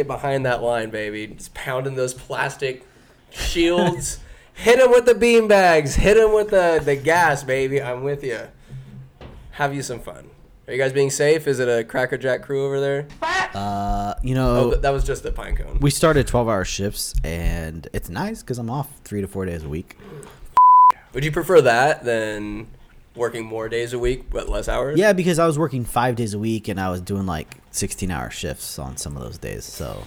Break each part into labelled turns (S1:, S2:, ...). S1: Get behind that line, baby. Just pounding those plastic shields. Hit him with the beanbags. Hit him with the, the gas, baby. I'm with you. Have you some fun. Are you guys being safe? Is it a Cracker Jack crew over there?
S2: Uh,
S1: Oh,
S2: you know,
S1: th- that was just the pine cone.
S2: we started 12 hour shifts, and it's nice because I'm off three to four days a week.
S1: Would you prefer that than working more days a week but less hours?
S2: Yeah, because I was working five days a week and I was doing like 16 hour shifts on some of those days. So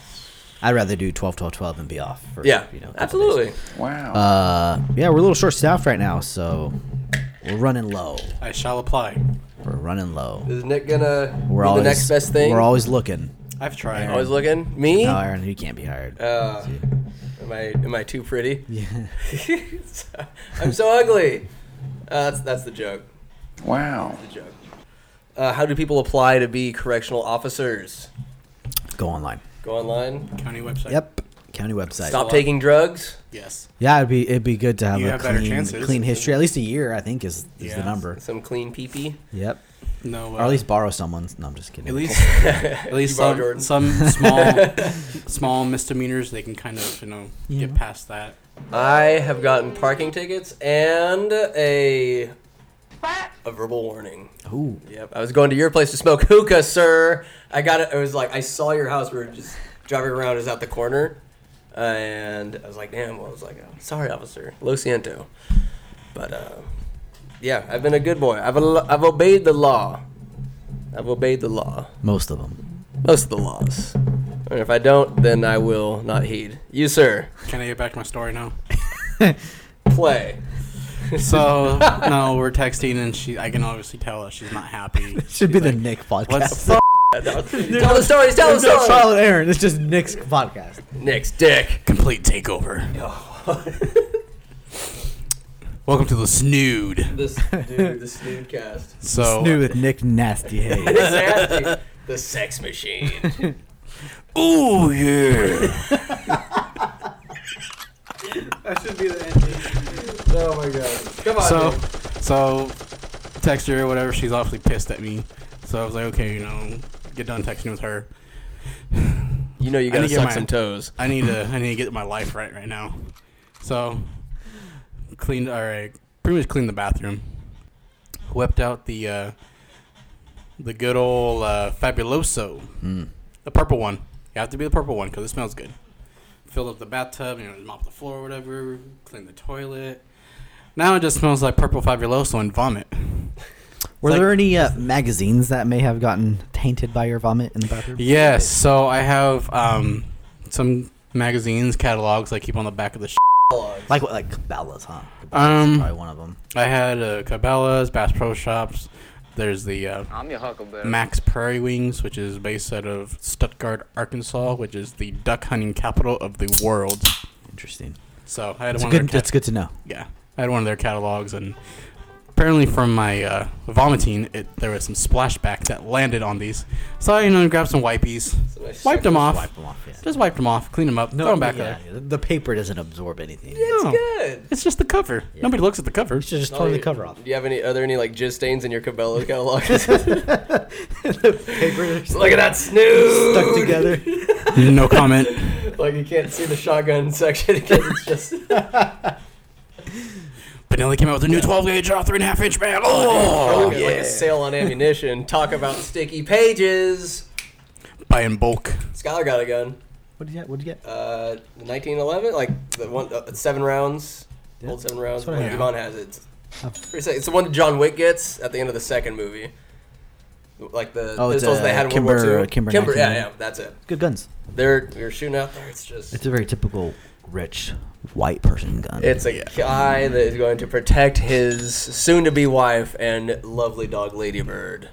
S2: I'd rather do 12, 12, 12 and be off. For,
S1: Yeah.
S2: you know, a couple days.
S1: absolutely.
S3: Wow.
S2: Uh, yeah, we're a little short staffed right now, so we're running low.
S4: I shall apply.
S2: We're running low.
S1: Is Nick gonna
S2: We're
S1: be
S2: always
S1: the next best thing?
S2: We're always looking.
S4: I've tried.
S1: always looking. Me?
S2: No, Aaron, you can't be hired.
S1: Uh, am I am I too pretty?
S2: yeah.
S1: I'm so ugly. Uh, that's that's the joke.
S3: wow.
S1: The joke. Uh, how do people apply to be correctional officers?
S2: Go online.
S1: Go online.
S4: county website.
S2: Yep. County website.
S1: Stop taking drugs.
S4: Yes.
S2: Yeah, it'd be it'd be good to have
S4: You
S2: a
S4: have better
S2: clean,
S4: chances.
S2: clean history. At least a year, I think, is, is the
S4: Yeah.
S2: number.
S1: Some clean pee pee.
S2: Yep.
S4: No. Uh,
S2: Or at least borrow someone's. No, I'm just kidding.
S4: At least, at least
S1: You borrow
S4: some,
S1: Jordan.
S4: some small, small misdemeanors they can kind of you know get past that.
S1: I have gotten parking tickets and a a verbal warning.
S2: Ooh.
S1: Yep. I was going to your place to smoke hookah, sir. I got it. It was like I saw your house. We were just driving around. It was out the corner, and I was like, "Damn!" Well, I was like, oh, "Sorry, officer, lo siento." But uh, yeah, I've been a good boy. I've al- I've obeyed the law. I've obeyed the law.
S2: Most of them.
S1: Most of the laws. And if I don't, then I will not heed. You, sir,
S4: Can I get back to my story now?
S1: play.
S4: So no, we're texting and she. I can obviously tell that she's not happy.
S2: Should be the Nick podcast.
S4: What's
S1: tell the stories. Tell the
S2: There's no
S1: stories.
S2: Charlotte Aaron. It's just Nick's podcast.
S1: Nick's dick.
S4: complete takeover? Welcome to the snood.
S1: this dude, this dude cast.
S4: So
S2: New with Nick Nasty Hayes.
S1: Nasty. The sex machine.
S4: oh yeah.
S1: Oh my god. Come on.
S4: so so text her or whatever she's awfully pissed at me so i was like okay you know get done texting with her
S1: you know you gotta
S4: need to get
S1: suck
S4: mine.
S1: some toes.
S4: i need to i need to get my life right right now so cleaned all right pretty much cleaned the bathroom wept out the uh the good old uh, fabuloso the purple one you have to be the purple one because it smells good filled up the bathtub you know mop the floor or whatever clean the toilet now it just smells like purple fabuloso and vomit
S2: Were
S4: It's
S2: there any uh, magazines that may have gotten tainted by your vomit in the bathroom?
S4: Yes, so I have um, some magazines, catalogs I keep on the back of the. Sh-
S2: Like what? Like Cabela's, huh? Cabela's
S4: Um,
S2: probably one of them.
S4: I had uh, Cabela's, Bass Pro Shops. There's the uh,
S5: I'm your huckleberry.
S4: Max Prairie Wings, which is based out of Stuttgart, Arkansas, which is the duck hunting capital of the world.
S2: Interesting.
S4: So I had
S2: It's
S4: one.
S2: good.
S4: of their
S2: It's good to know.
S4: yeah, I had one of their catalogs, and apparently from my uh, vomiting, it, there was some splashback that landed on these. So I, you know, grabbed some wipies, wiped them off,
S2: Wipe them off. Yeah.
S4: just wiped them off, cleaned them up, throw them back
S2: yeah,
S4: there.
S2: yeah, The paper doesn't absorb anything.
S1: It's
S4: No.
S1: good.
S4: It's just the cover. Nobody looks at the cover.
S2: You should just
S1: Oh,
S2: totally
S1: you-
S2: cover off.
S1: Do you have any other any like jizz stains in your Cabela's catalog? Look at that snoot.
S2: stuck together.
S4: no comment.
S1: Like you can't see the shotgun section because it's just
S4: Benelli came out with a new 12 gauge uh, three and a half inch man. Oh,
S1: like, a sale on ammunition. Talk about sticky pages.
S4: buy in bulk.
S1: Skylar got a gun.
S2: What did you get? What did you get?
S1: Uh, 1911, like the one uh, seven rounds, old seven rounds.
S2: that's what I
S1: One
S4: had.
S1: Devon has it. It's, pretty sick. it's the one John Wick gets at the end of the second movie. Like the
S2: Oh, it's,
S1: pistols they
S2: uh,
S1: had in World
S2: Kimber-
S1: War II.
S2: Kimber
S1: yeah, yeah,
S2: 1911.
S1: that's it.
S2: Good guns.
S1: They're you're shooting out there. It's just
S2: It's a very typical rich white person gun.
S1: it's a guy that is going to protect his soon-to-be wife and lovely dog Ladybird.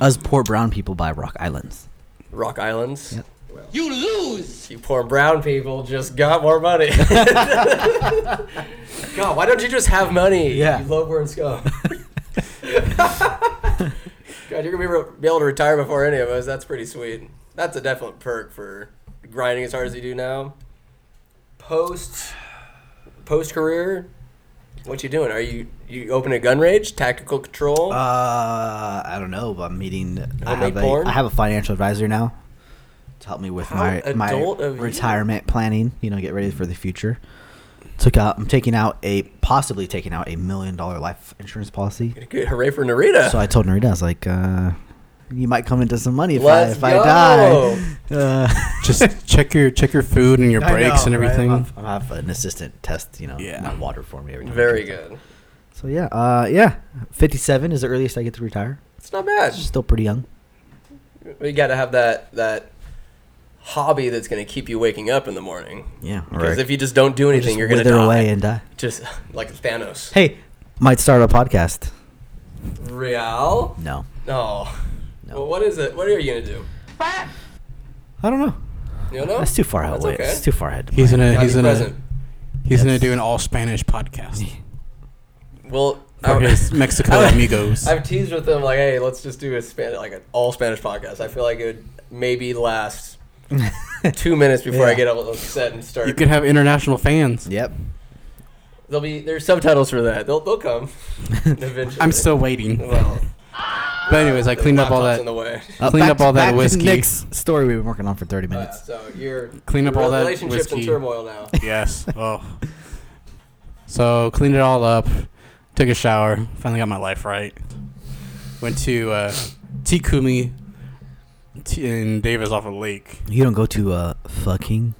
S2: Us poor brown people buy rock islands.
S1: Rock Islands.
S2: Yep.
S1: You lose. You poor brown people just got more money. God, why don't you just have money?
S2: Yeah.
S1: You lowborn scum. God, you're gonna be, re- be able to retire before any of us. That's pretty sweet. That's a definite perk for grinding as hard as you do now. Post, post career, what you doing? Are you you open a gun range, tactical control?
S2: Uh, I don't know, but I'm meeting. I
S1: Homemade
S2: have, a,
S1: porn?
S2: I have a financial advisor now. to help me with
S1: How
S2: my my
S1: adult of you.
S2: retirement planning. You know, get ready for the future. Took out. I'm taking out a possibly taking out a million dollar life insurance policy.
S1: Good, hooray for Narita.
S2: So I told Narita, I was like, uh, "You might come into some money if I
S1: Let's
S2: if
S1: go.
S2: I die." Uh,
S4: Just check your check your food and your
S2: I
S4: breaks
S2: know,
S4: and
S2: right?
S4: everything.
S2: I'll, have- I'll have an assistant test, you know,
S4: Yeah.
S2: my water for me every time.
S1: Very good.
S2: So yeah, uh, yeah, 57 is the earliest I get to retire.
S1: It's not bad.
S2: Still pretty young.
S1: You got to have that that hobby that's going to keep you waking up in the morning.
S2: Yeah,
S1: Because if you just don't do anything, you're going to
S2: wither
S1: die.
S2: away and die.
S1: Just like Thanos.
S2: Hey, might start a podcast.
S1: Real?
S2: No,
S1: No.
S2: No.
S1: Well, what is it? What are you going to do?
S2: I don't know.
S1: You don't know?
S2: That's too far
S1: Oh, That's
S2: away.
S1: okay.
S2: It's too far ahead.
S4: He's gonna
S1: Gotta
S4: he's
S1: be
S4: gonna
S1: present.
S4: he's gonna
S2: Yes.
S4: do an all Spanish podcast
S1: Well,
S4: for
S1: I-
S4: his Mexico
S1: I-
S4: amigos.
S1: I've teased with them like, hey, let's just do a Spanish, like an all Spanish podcast. I feel like it would maybe last two minutes before I
S2: Yeah.
S1: get all upset and start.
S4: You could have international fans.
S2: yep.
S1: There'll be there's subtitles for that. They'll they'll come eventually.
S4: I'm still waiting.
S1: well.
S4: But anyways, I
S1: the
S4: cleaned up all
S1: laptop's
S4: that
S1: in the way.
S2: Uh,
S4: Cleaned
S2: back
S4: up all
S2: to-
S4: that
S2: back to
S4: whiskey.
S2: Nick's story we've been working on for 30
S1: Uh,
S2: minutes.
S1: so you're
S4: Cleaned up all that
S1: relationships in
S4: whiskey.
S1: turmoil now.
S4: Yes. Oh. So cleaned it all up, took a shower, finally got my life right. Went to uh, Tikumi t- in Davis off of Lake.
S2: you don't go to uh, fucking.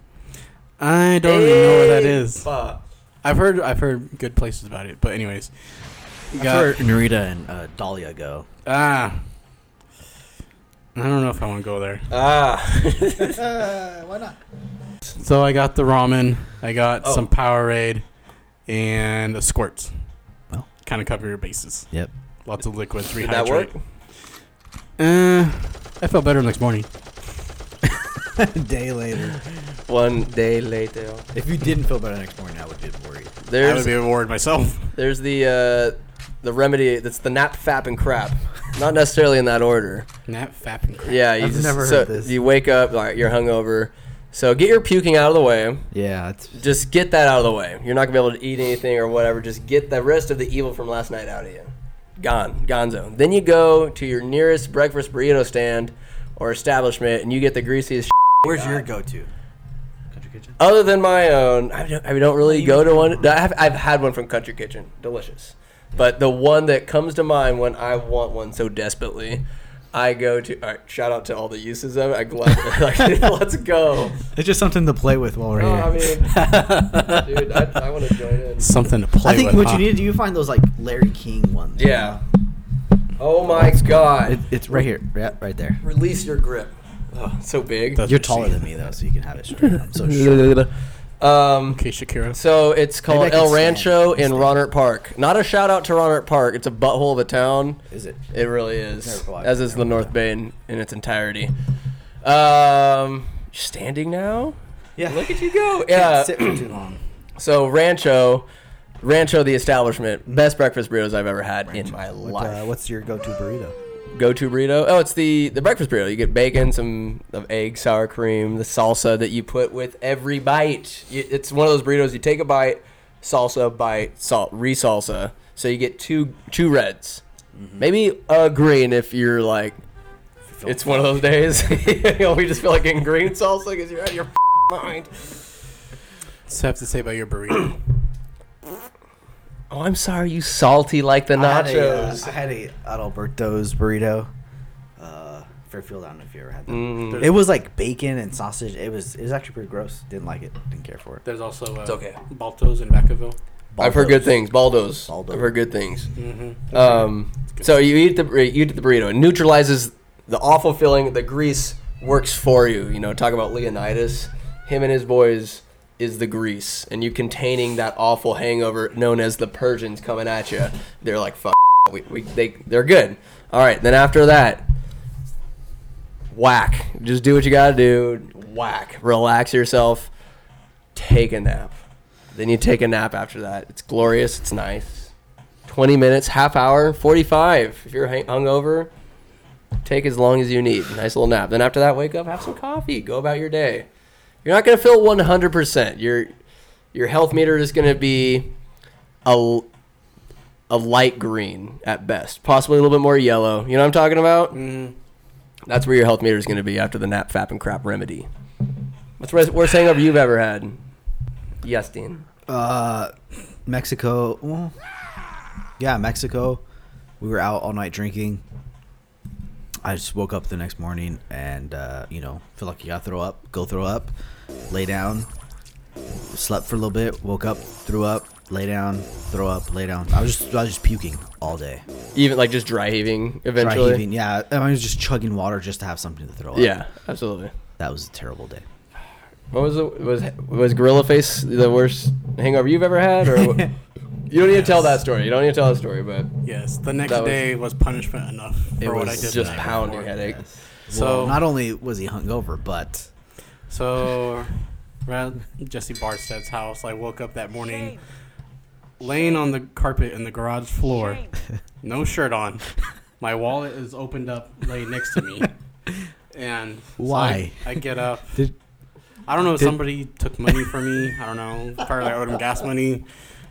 S4: I don't even know where that is.
S1: Fuck.
S4: I've heard I've heard good places about it, but anyways. Got-
S2: That's where Narita and uh, Dahlia go.
S4: ah. I don't know if I want to go there.
S1: Ah, Uh,
S2: why not?
S4: So I got the ramen, I got
S1: Oh.
S4: some Powerade, and a squirt.
S2: Oh.
S4: Kind of cover your bases.
S2: Yep.
S4: Lots of liquids. Rehydrate.
S1: did that work?
S4: Uh, I felt better next morning.
S2: day later.
S1: One day later.
S2: If you didn't feel better next morning, I would get worried.
S4: I would
S1: There's
S4: be worried myself.
S1: there's the uh, the remedy that's the nap, fap, and crap. Not necessarily in that order.
S4: Nap, fap, and crap.
S1: Yeah, you
S2: I've
S1: just,
S2: never
S1: so
S2: heard this.
S1: You wake up, all right, you're hungover. So get your puking out of the way.
S2: Yeah, it's
S1: Just get that out of the way. You're not gonna be able to eat anything or whatever. Just get the rest of the evil from last night out of you. Gone, gonzo. Then you go to your nearest breakfast burrito stand or establishment, and you get the greasiest.
S2: Where's your go-to? Country kitchen.
S1: Other than my own, I don't, I don't really go to one. no, I've, I've had one from Country Kitchen, delicious. But the one that comes to mind when I want one so desperately, I go to. All right, shout out to all the uses of it. I glad, like, let's go.
S2: It's just something to play with while we're
S1: No,
S2: here.
S1: I mean, dude, I, I want to join in.
S4: Something to play
S2: I think
S4: with.
S2: what
S4: huh?
S2: you need to do, you find those like Larry King ones. you
S1: Yeah.
S2: know?
S1: Oh my god.
S2: It, it's right here, right, right there.
S1: Release your grip. Oh, so big.
S4: That's
S2: You're
S4: what she-
S2: taller than me though, so you can have it straight. I'm so short.
S1: Um,
S4: Okay, Shakira.
S1: so it's
S2: Maybe
S1: called
S2: I can
S1: El
S2: stand.
S1: Rancho in
S2: Stand.
S1: Ronert Park. Not a shout out to Ronert Park. It's a butthole of a town.
S2: Is it?
S1: It really is.
S2: Never watched-
S1: As is the North Bay in, in its entirety. Um, standing now.
S2: Yeah.
S1: Look at you Uh, go. Yeah.
S2: sit for too long.
S1: So Rancho, Rancho the establishment, best breakfast burritos I've ever had in my
S2: What,
S1: life.
S2: uh, what's your go-to burrito?
S1: go-to burrito? Oh, it's the the breakfast burrito. You get bacon, some of egg, sour cream, the salsa that you put with every bite. You, it's one of those burritos you take a bite, salsa bite, salt re-salsa. So you get two two reds, maybe a green if you're like. It's one of those days. you know, we just feel like getting green salsa because you're out of your mind.
S4: What's I have to say about your burrito?
S1: Oh, I'm sorry, you salty like the nachos.
S2: I had a Adalberto's burrito. Uh, Fairfield, I don't know if you ever had that.
S1: Mm,
S2: It was like bacon and sausage. It was it was actually pretty gross. Didn't like it. Didn't care for it.
S4: There's also uh,
S1: It's okay.
S4: Baltos in Vacaville.
S1: I've heard good
S2: Baldo's.
S1: things. Baldos.
S2: Baldos.
S1: I've heard good things.
S4: Mm-hmm.
S1: Um, so you eat the bur- you eat the burrito. It neutralizes the awful feeling. The grease works for you. You know, talk about Leonidas. Him and his boys is the grease, and you containing that awful hangover known as the Persians coming at you. They're like, "Fuck, we, we they they're good." All right, then after that, whack. Just do what you gotta do. Whack. Relax yourself. Take a nap. Then you take a nap after that. It's glorious. It's nice. 20 minutes, half hour, 45. If you're hang- hungover, take as long as you need. Nice little nap. Then after that, wake up, have some coffee, go about your day. You're not going to feel 100%. Your your health meter is going to be a l- a light green at best, possibly a little bit more yellow. You know what I'm talking about?
S4: Mm-hmm.
S1: That's where your health meter is going to be after the nap, fap, and crap remedy. What's the worst hangover you've ever had? Yes, Dean.
S2: Uh, Mexico. well, yeah, Mexico. We were out all night drinking. I just woke up the next morning and uh, you know feel like you gotta throw up. Go throw up. Lay down. Slept for a little bit. Woke up. Threw up. Lay down. Throw up. Lay down. I was just I was just puking all day.
S1: Even like just dry heaving
S2: Dry
S1: eventually.
S2: heaving, Yeah, I was just chugging water just to have something to throw up.
S1: Yeah, absolutely.
S2: that was a terrible day.
S1: What was it? Was was Gorilla Face the worst hangover you've ever had? Or what- you don't need to tell that story. You don't need to tell that story, but
S4: Yes, the next
S1: That was-
S4: day was punishment enough for what I
S2: was
S4: did. the
S1: just
S4: night
S1: pounding
S4: before.
S1: headache.
S4: So
S2: well, not only was he hungover, but
S4: So, around Jesse Barstead's house, I woke up that morning laying on the carpet in the garage floor, no shirt on. My wallet is opened up, laying next to me. And so I-
S2: Why?
S4: I, get up.
S2: Did-
S4: I don't know if somebody took money from me. I don't know. Probably I owed him gas money.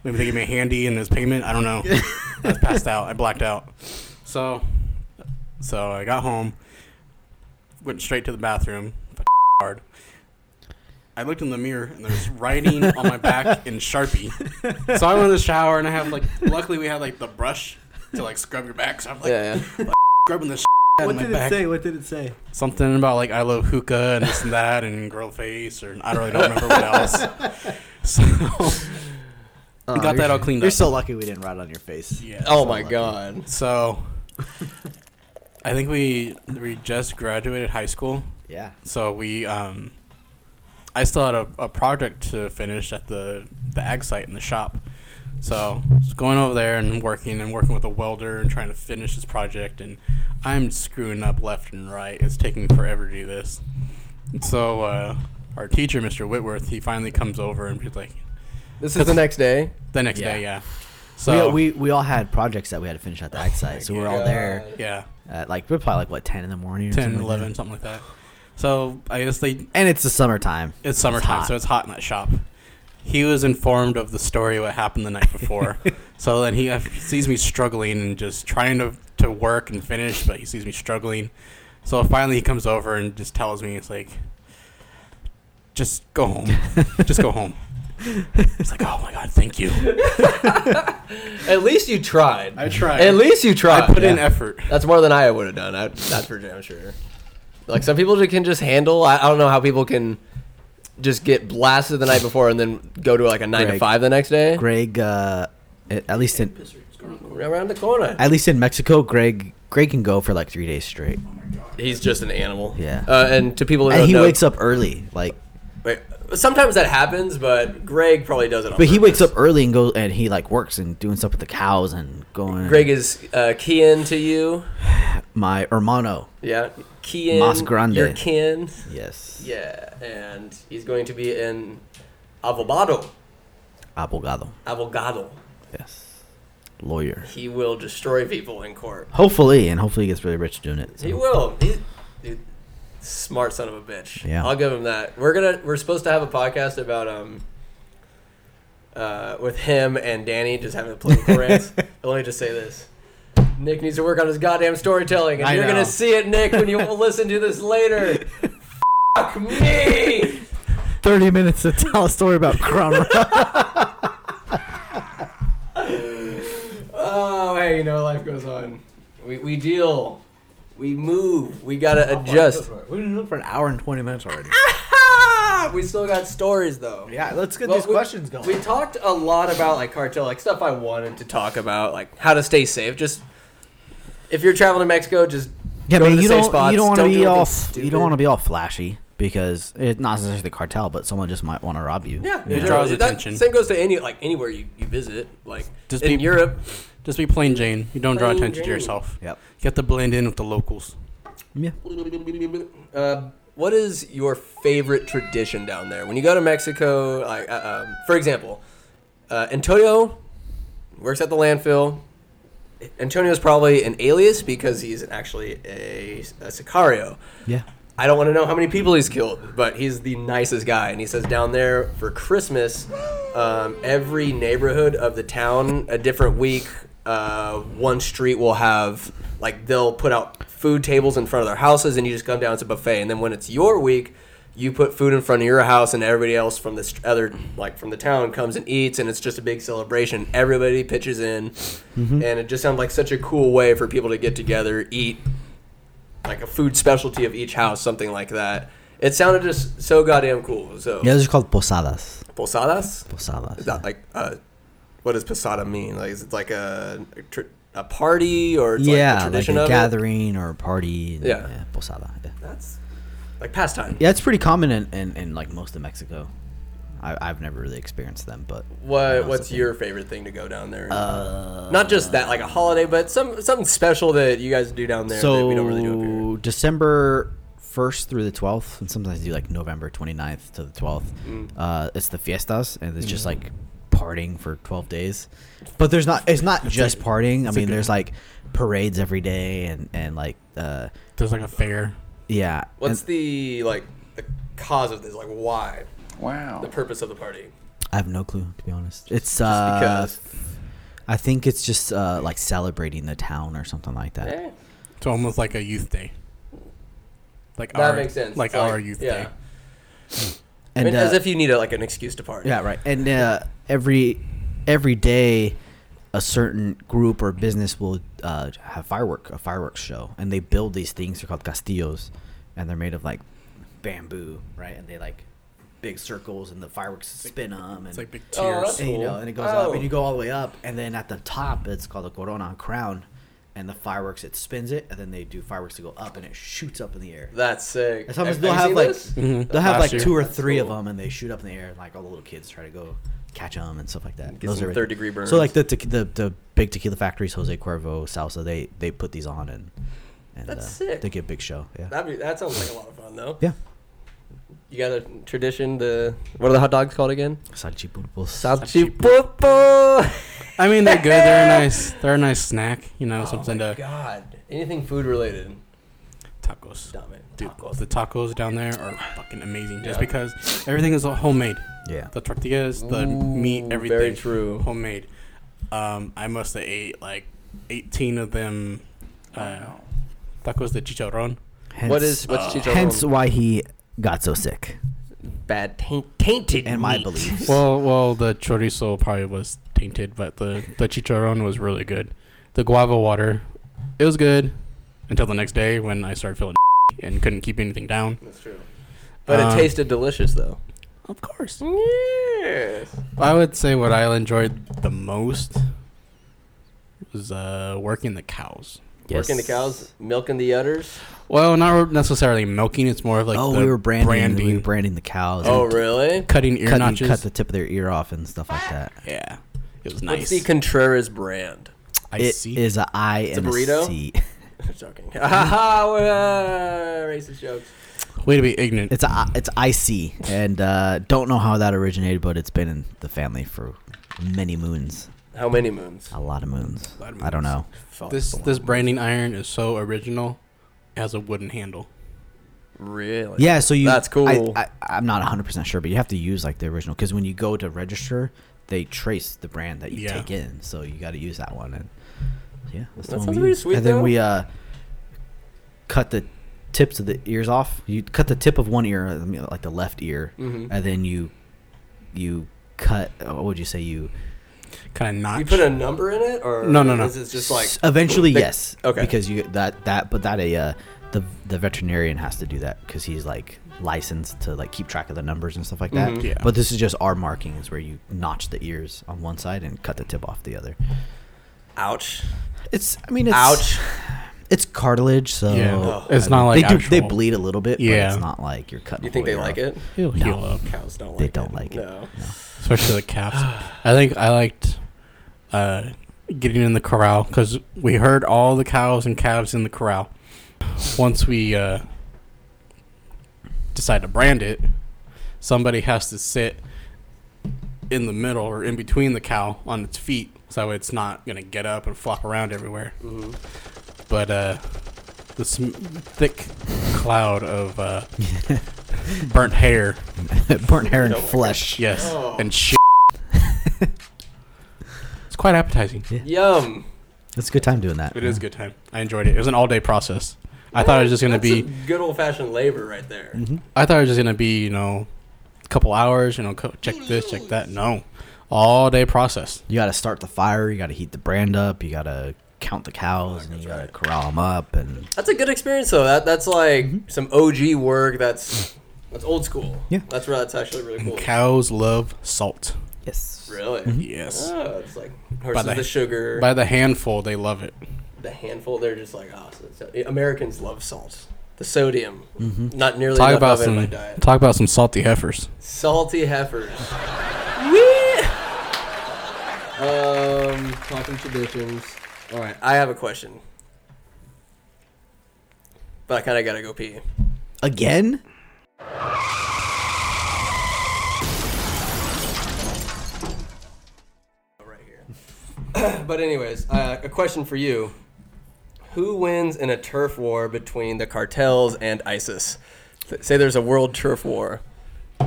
S4: Maybe they gave me a handy in his payment. I don't know. I was passed out. I blacked out. So, so I got home, went straight to the bathroom, f- hard. I looked in the mirror and there was writing on my back in Sharpie. So I went in the shower and I have like, luckily we had like the brush to like scrub your back. So I'm like
S1: yeah, yeah.
S4: scrubbing the out of my back.
S2: What did it say?
S4: Something about like I love hookah and this and that and girl face or I really don't remember what else. So we got that all cleaned
S2: Oh, Uh, You're
S4: up.
S2: so lucky we didn't rot on your face.
S4: yeah.
S1: Oh
S2: So
S1: my
S2: lucky.
S1: god.
S4: So I think we we just graduated high school.
S2: Yeah.
S4: So we um I still had a, a project to finish at the the ag site in the shop. So was going over there and working and working with a welder and trying to finish this project and I'm screwing up left and right. It's taking me forever to do this. And so uh, our teacher, Mr. Whitworth, he finally comes over and he's like
S1: This is the next day.
S4: the next
S2: Yeah.
S4: day, yeah. So
S2: we, we we all had projects that we had to finish at
S1: Oh
S2: the X site, so we were all there
S4: yeah,
S2: at like we're probably like what ten in the morning, or
S4: 10,
S2: something like
S4: 11, something like that. So I guess they
S2: that. and it's the summertime.
S4: It's summertime,
S2: hot.
S4: so it's hot in that shop. He was informed of the story what happened the night before. so then he sees me struggling and just trying to, to work and finish, but he sees me struggling. So finally he comes over and just tells me, it's like, just go home. just go home. It's like, oh my God, thank you.
S1: At least you tried.
S4: I tried.
S1: At least you tried.
S4: I put in effort.
S1: That's more than I would have done. I, that's for damn sure. Like some people ju- can just handle. I, I don't know how people can just get blasted the night before and then go to like a nine to
S2: Greg.
S1: five the next day.
S2: Greg, uh, at at least in
S1: Around the corner.
S2: at least in Mexico, Greg Greg can go for like three days straight,
S1: He's just an animal.
S2: Yeah.
S1: Uh, and to people who
S2: and
S1: don't
S2: he
S1: know,
S2: wakes up early. Like,
S1: wait, sometimes that happens, but Greg probably does it. On
S2: but he wakes
S1: purpose.
S2: up early and goes and he like works and doing stuff with the cows and going.
S1: Greg is uh, keying to you.
S2: my hermano.
S1: Yeah. Keying.
S2: Mas grande.
S1: Your kin.
S2: Yes.
S1: Yeah. And he's going to be in Avobado.
S2: Abogado.
S1: Avogado.
S2: Yes. Lawyer.
S1: He will destroy people in court.
S2: Hopefully, and hopefully he gets really rich doing it.
S1: He
S2: so.
S1: will. He's, dude, smart son of a bitch.
S2: Yeah.
S1: I'll give him that. We're gonna we're supposed to have a podcast about um uh with him and Danny just having a political rants. But let me just say this. Nick needs to work on his goddamn storytelling, and
S4: I
S1: you're
S4: know.
S1: gonna see it, Nick, when you listen to this later. Fuck me!
S2: 30 minutes to tell a story about Crumb.
S1: Oh, hey, you know, life goes on. We, we deal, we move, we gotta adjust.
S2: We've been doing for an hour and 20 minutes already.
S1: we still got stories though.
S2: Yeah, let's get
S1: Well,
S2: these
S1: we-
S2: questions going.
S1: We talked a lot about like cartel, like stuff I wanted to talk about, like how to stay safe. Just if you're traveling to Mexico, just
S2: yeah,
S1: go
S2: I
S1: to
S2: mean,
S1: the
S2: you
S1: safe
S2: don't,
S1: spots.
S2: you don't want to
S1: do
S2: be
S1: anything
S2: all you
S1: stupid.
S2: don't want to be all flashy because it's not necessarily the cartel, but someone just might want to rob you.
S1: Yeah,
S4: It
S1: yeah.
S4: draws
S1: That-
S4: attention.
S1: Same goes to any like anywhere you, you visit, like
S4: Just
S1: in
S4: be-
S1: Europe.
S4: Just be plain Jane. You don't draw
S1: Plain
S4: attention to
S1: Jane.
S4: yourself.
S2: Yep.
S4: You have to blend in with the locals.
S2: Yeah.
S1: Uh, what is your favorite tradition down there when you go to Mexico? Like, uh, um, for example, uh, Antonio works at the landfill. Antonio is probably an alias because he's actually a, a sicario.
S2: Yeah.
S1: I don't want to know how many people he's killed, but he's the nicest guy. And he says down there for Christmas, um, every neighborhood of the town, a different week uh, one street will have like they'll put out food tables in front of their houses, and you just come down. It's a buffet, and then when it's your week, you put food in front of your house, and everybody else from this other like from the town comes and eats, and it's just a big celebration. Everybody pitches in, and it just sounds like such a cool way for people to get together, eat, like a food specialty of each house, something like that. It sounded just so goddamn cool. So
S2: Yeah, those are called posadas.
S1: posadas.
S2: Posadas.
S1: Is that like uh, what does posada mean? Like, is it like a a, tr- a party or it's
S2: yeah,
S1: like a tradition
S2: a
S1: of it?
S2: gathering or a party.
S1: Yeah.
S2: posada. Yeah.
S1: That's like pastime.
S2: yeah, it's pretty common in, in, in like most of Mexico. I, I've never really experienced them, but
S1: What
S2: it's
S1: What's
S2: a
S1: your favorite thing to go down there? Uh, Not just that, like a holiday, but some something special that you guys do down there that
S2: so
S1: we don't really do up here.
S2: December first through the twelfth, and sometimes do like November 29th to the twelfth.
S1: Mm.
S2: Uh, it's the fiestas, and it's just like partying for twelve days. But there's not. It's not just partying. I mean,
S4: good-
S2: there's like parades every day, and and like uh,
S4: There's like a fair.
S2: yeah.
S1: What's
S2: and
S1: the like the cause of this? Like, why the
S3: Wow.
S1: purpose of the party?
S2: I have no clue to be honest. It's uh,
S1: Because
S2: I think it's just uh, like celebrating the town or something like that.
S1: eh,
S4: It's almost like a youth day. Like
S1: that
S4: our,
S1: makes sense.
S4: Like
S1: It's
S4: our youth
S1: yeah. I
S4: day.
S2: And
S1: mean, as
S2: uh,
S1: if you need like an excuse to party.
S2: Yeah, right. And uh, every every day, a certain group or business will uh, have firework a fireworks show, and they build these things. They're called castillos, and they're made of like bamboo, right? And they like big circles, and the fireworks spin them, and
S4: It's like big
S1: Oh,
S4: tears.
S1: that's-
S2: and, you know,
S1: cool.
S2: and it goes up,
S1: Oh.
S2: and you go all the way up, and then at the top, it's called a corona crown, and the fireworks it spins it, and then they do fireworks to go up, and it shoots up in the air.
S1: That's sick.
S2: And sometimes
S1: Have-
S2: they'll
S1: have
S2: have
S1: you
S2: like
S1: seen this?
S2: they'll have
S4: Mm-hmm. Last
S2: like
S4: year.
S2: two or
S1: That's
S2: three of
S1: cool.
S2: them, and they shoot up in the air, and like all the little kids try to go catch them and stuff like that.
S1: Get some
S2: are
S1: third degree burns.
S2: So like the, te- the the big tequila factories, Jose Cuervo, Salsa, they they put these on and and
S1: That's
S2: uh,
S1: sick.
S2: they get big show. Yeah,
S1: That'd be, that sounds like a lot of fun though.
S2: yeah.
S1: You got a tradition to what are the hot dogs called again?
S2: Salchipulpos.
S1: Salchipulpo.
S4: I mean, they're good. They're a nice. They're a nice snack. You know,
S1: Oh
S4: something
S1: my
S4: to
S1: god! Anything food related,
S4: tacos.
S1: dumb it.
S4: Dude,
S1: Tacos.
S4: the tacos down there are fucking amazing. Just
S1: Yeah.
S4: because everything is all homemade.
S2: yeah.
S4: The tortillas, the meat,
S1: Ooh,
S4: everything.
S1: Very true.
S4: Homemade. Um, I must have ate like 18 of them. Uh,
S3: Wow.
S4: tacos de chicharron.
S2: Hence, uh,
S1: what is what's chicharron?
S2: hence why he got so sick.
S1: bad taint, tainted.
S2: And my
S1: meat.
S2: beliefs.
S4: Well, well, the chorizo probably was tainted, but the the chicharron was really good. The guava water, it was good until the next day when I started feeling and couldn't keep anything down.
S1: That's true. But
S4: Um,
S1: it tasted delicious though.
S4: Of course,
S1: Yes.
S4: I would say what I enjoyed the most was uh, working the cows.
S1: Working the cows, milking the udders.
S4: Well, not necessarily milking. It's more of like
S2: oh,
S4: the
S2: we were branding,
S4: branding,
S2: we were branding the cows.
S1: Oh
S2: and
S1: really?
S4: cutting ear
S2: Cut,
S4: notches.
S2: cut the tip of their ear off and stuff like that.
S4: yeah, it was
S1: What's
S4: nice.
S1: the Contreras brand?
S4: I
S2: It
S4: see.
S2: is a I and a
S1: burrito?
S2: C.
S1: I'm joking. Haha, we're, uh, racist jokes.
S4: Way to be ignorant.
S2: It's a, it's icy, and uh, don't know how that originated, but it's been in the family for many moons,
S1: How many moons?
S2: a lot of moons.
S4: lot of
S2: I don't know.
S4: moons. Oh, this this branding iron is so original. It has a wooden handle.
S1: really?
S2: Yeah, so you.
S1: That's cool.
S2: I, I, I'm not 100 percent sure, but you have to use like the original because when you go to register, they trace the brand that you
S4: Yeah.
S2: take in, so you got to use that one. And yeah, that's
S1: That
S2: the one
S1: sounds
S2: we
S1: pretty
S2: used.
S1: sweet,
S2: And then
S1: though.
S2: we uh, cut the tips of the ears off. You cut the tip of one ear, I mean, like the left ear,
S1: Mhm.
S2: and then you you cut. uh, What would you say? You
S4: Kind of notch.
S1: You put a number in it, or
S4: No, no, no.
S1: Is it just like
S2: S- eventually
S1: They-
S2: yes
S1: okay.
S2: because you that that but that a uh, the the veterinarian has to do that because he's like licensed to like keep track of the numbers and stuff like that
S1: Mhm.
S4: Yeah.
S2: but this is just our markings where you notch the ears on one side and cut the tip off the other
S1: ouch,
S2: it's i mean it's
S1: ouch?
S2: it's cartilage so
S4: Yeah.
S1: Oh,
S4: it's
S2: I
S4: not
S2: mean,
S4: like
S2: they do they
S4: actual-
S2: bleed a little bit but
S4: Yeah.
S2: it's not like you're cutting
S1: You think
S2: the
S1: they
S2: whole ear
S1: like
S2: off.
S1: it?
S4: It'll
S2: No.
S4: heal up,
S1: Cows don't like
S2: They
S1: it.
S2: don't like it.
S1: No.
S4: especially the calves. I think I liked uh, getting in the corral because we heard all the cows and calves in the corral. Once we uh, decide to brand it, somebody has to sit in the middle or in between the cow on its feet, so it's not gonna get up and flop around everywhere. But uh, the sm- thick cloud of uh, burnt hair
S2: burnt hair and
S1: Don't like it.
S2: flesh
S4: Yes.
S1: Oh.
S4: And shit. it's quite appetizing.
S1: Yum.
S2: It's a good time doing that.
S4: It is a good time. I enjoyed it. It was an all day process. I thought it was just gonna
S1: Oh, That's
S4: be.
S1: a good old fashioned labor right there.
S2: Mm-hmm.
S4: I thought it was just gonna be you know, a couple hours. You know, co- check this, check that. No, all day process.
S2: You got to start the fire. You got to heat the brand up. You got to count the
S1: Oh
S2: cows, and you got to corral them up. And
S1: That's a good experience though. That that's like some OG work. That's that's old school.
S2: Mm-hmm. Yeah.
S1: that's where that's actually really cool.
S4: Cows love salt.
S2: yes,
S1: really?
S4: Yes.
S1: Oh, it's like horses
S4: the-
S1: the, sugar.
S4: By the handful, they love it.
S1: the handful, they're just like, oh, so, so- Americans love salt. The sodium, not nearly
S4: Talk
S1: enough of
S4: about
S1: it in my
S4: some.
S1: diet.
S4: Talk about some salty heifers.
S1: Salty heifers. Wee! Um, talking traditions. All right, I have a question, but I kind of gotta go pee.
S2: again.
S1: right here. but anyways, uh, a question for you: Who wins in a turf war between the cartels and ISIS? Th- say there's a world turf war.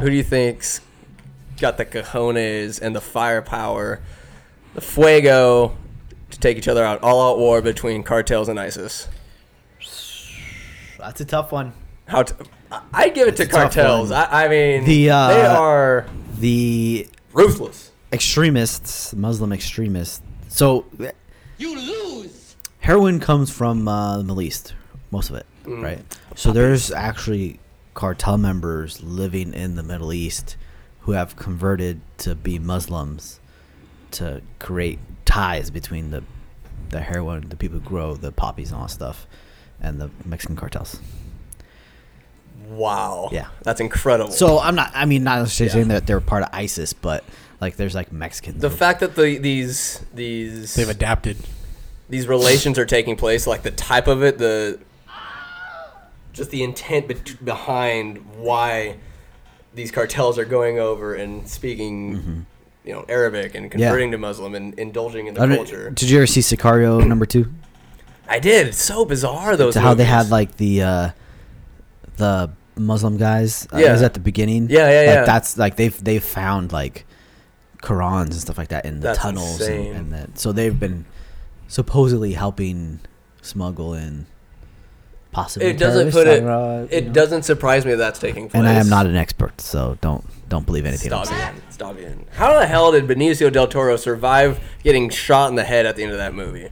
S1: Who do you think's got the cojones and the firepower, the fuego, to take each other out? All-out war between cartels and ISIS.
S2: That's a tough one.
S1: How? T- I- I'd give it to
S2: That's a tough
S1: cartels.
S2: one.
S1: I, I mean,
S2: The, uh,
S1: they are
S2: The
S1: ruthless.
S2: extremists, Muslim extremists. So you lose. Heroin comes from uh, the Middle East, most of it, right? So there's actually cartel members living in the Middle East who have converted to be Muslims to create ties between the the heroin, the people who grow the poppies and all that stuff, and the Mexican cartels.
S1: Wow.
S2: Yeah.
S1: that's incredible.
S2: So I'm not. I mean, not necessarily saying that they're part of ISIS, but like there's like Mexicans.
S1: the fact that the these these
S4: They've adapted.
S1: these relations are taking place, like the type of it, the just the intent bet- behind why these cartels are going over and speaking,
S2: Mm-hmm.
S1: you know, Arabic and converting to Muslim and indulging in
S2: I
S1: the
S2: don't-
S1: culture.
S2: Did you ever see Sicario number two?
S1: I did. It's so bizarre those.
S2: To how they
S1: movies.
S2: had like the uh, the Muslim guys. Uh, yeah.
S1: Yeah.
S2: Was at the beginning.
S1: Yeah, yeah,
S2: like,
S1: yeah.
S2: That's like they've they've found like Korans and stuff like that in the
S1: That's
S2: tunnels
S1: insane.
S2: and, and that. So they've been supposedly helping smuggle in possibly.
S1: It doesn't
S2: terrorist
S1: put it.
S2: Iran, you
S1: it
S2: know.
S1: doesn't surprise me that's taking place.
S2: And I am not an expert, so don't don't believe anything I'm
S1: Stop
S2: saying.
S1: it. Stop it. How the hell did Benicio del Toro survive getting shot in the head at the end of that movie?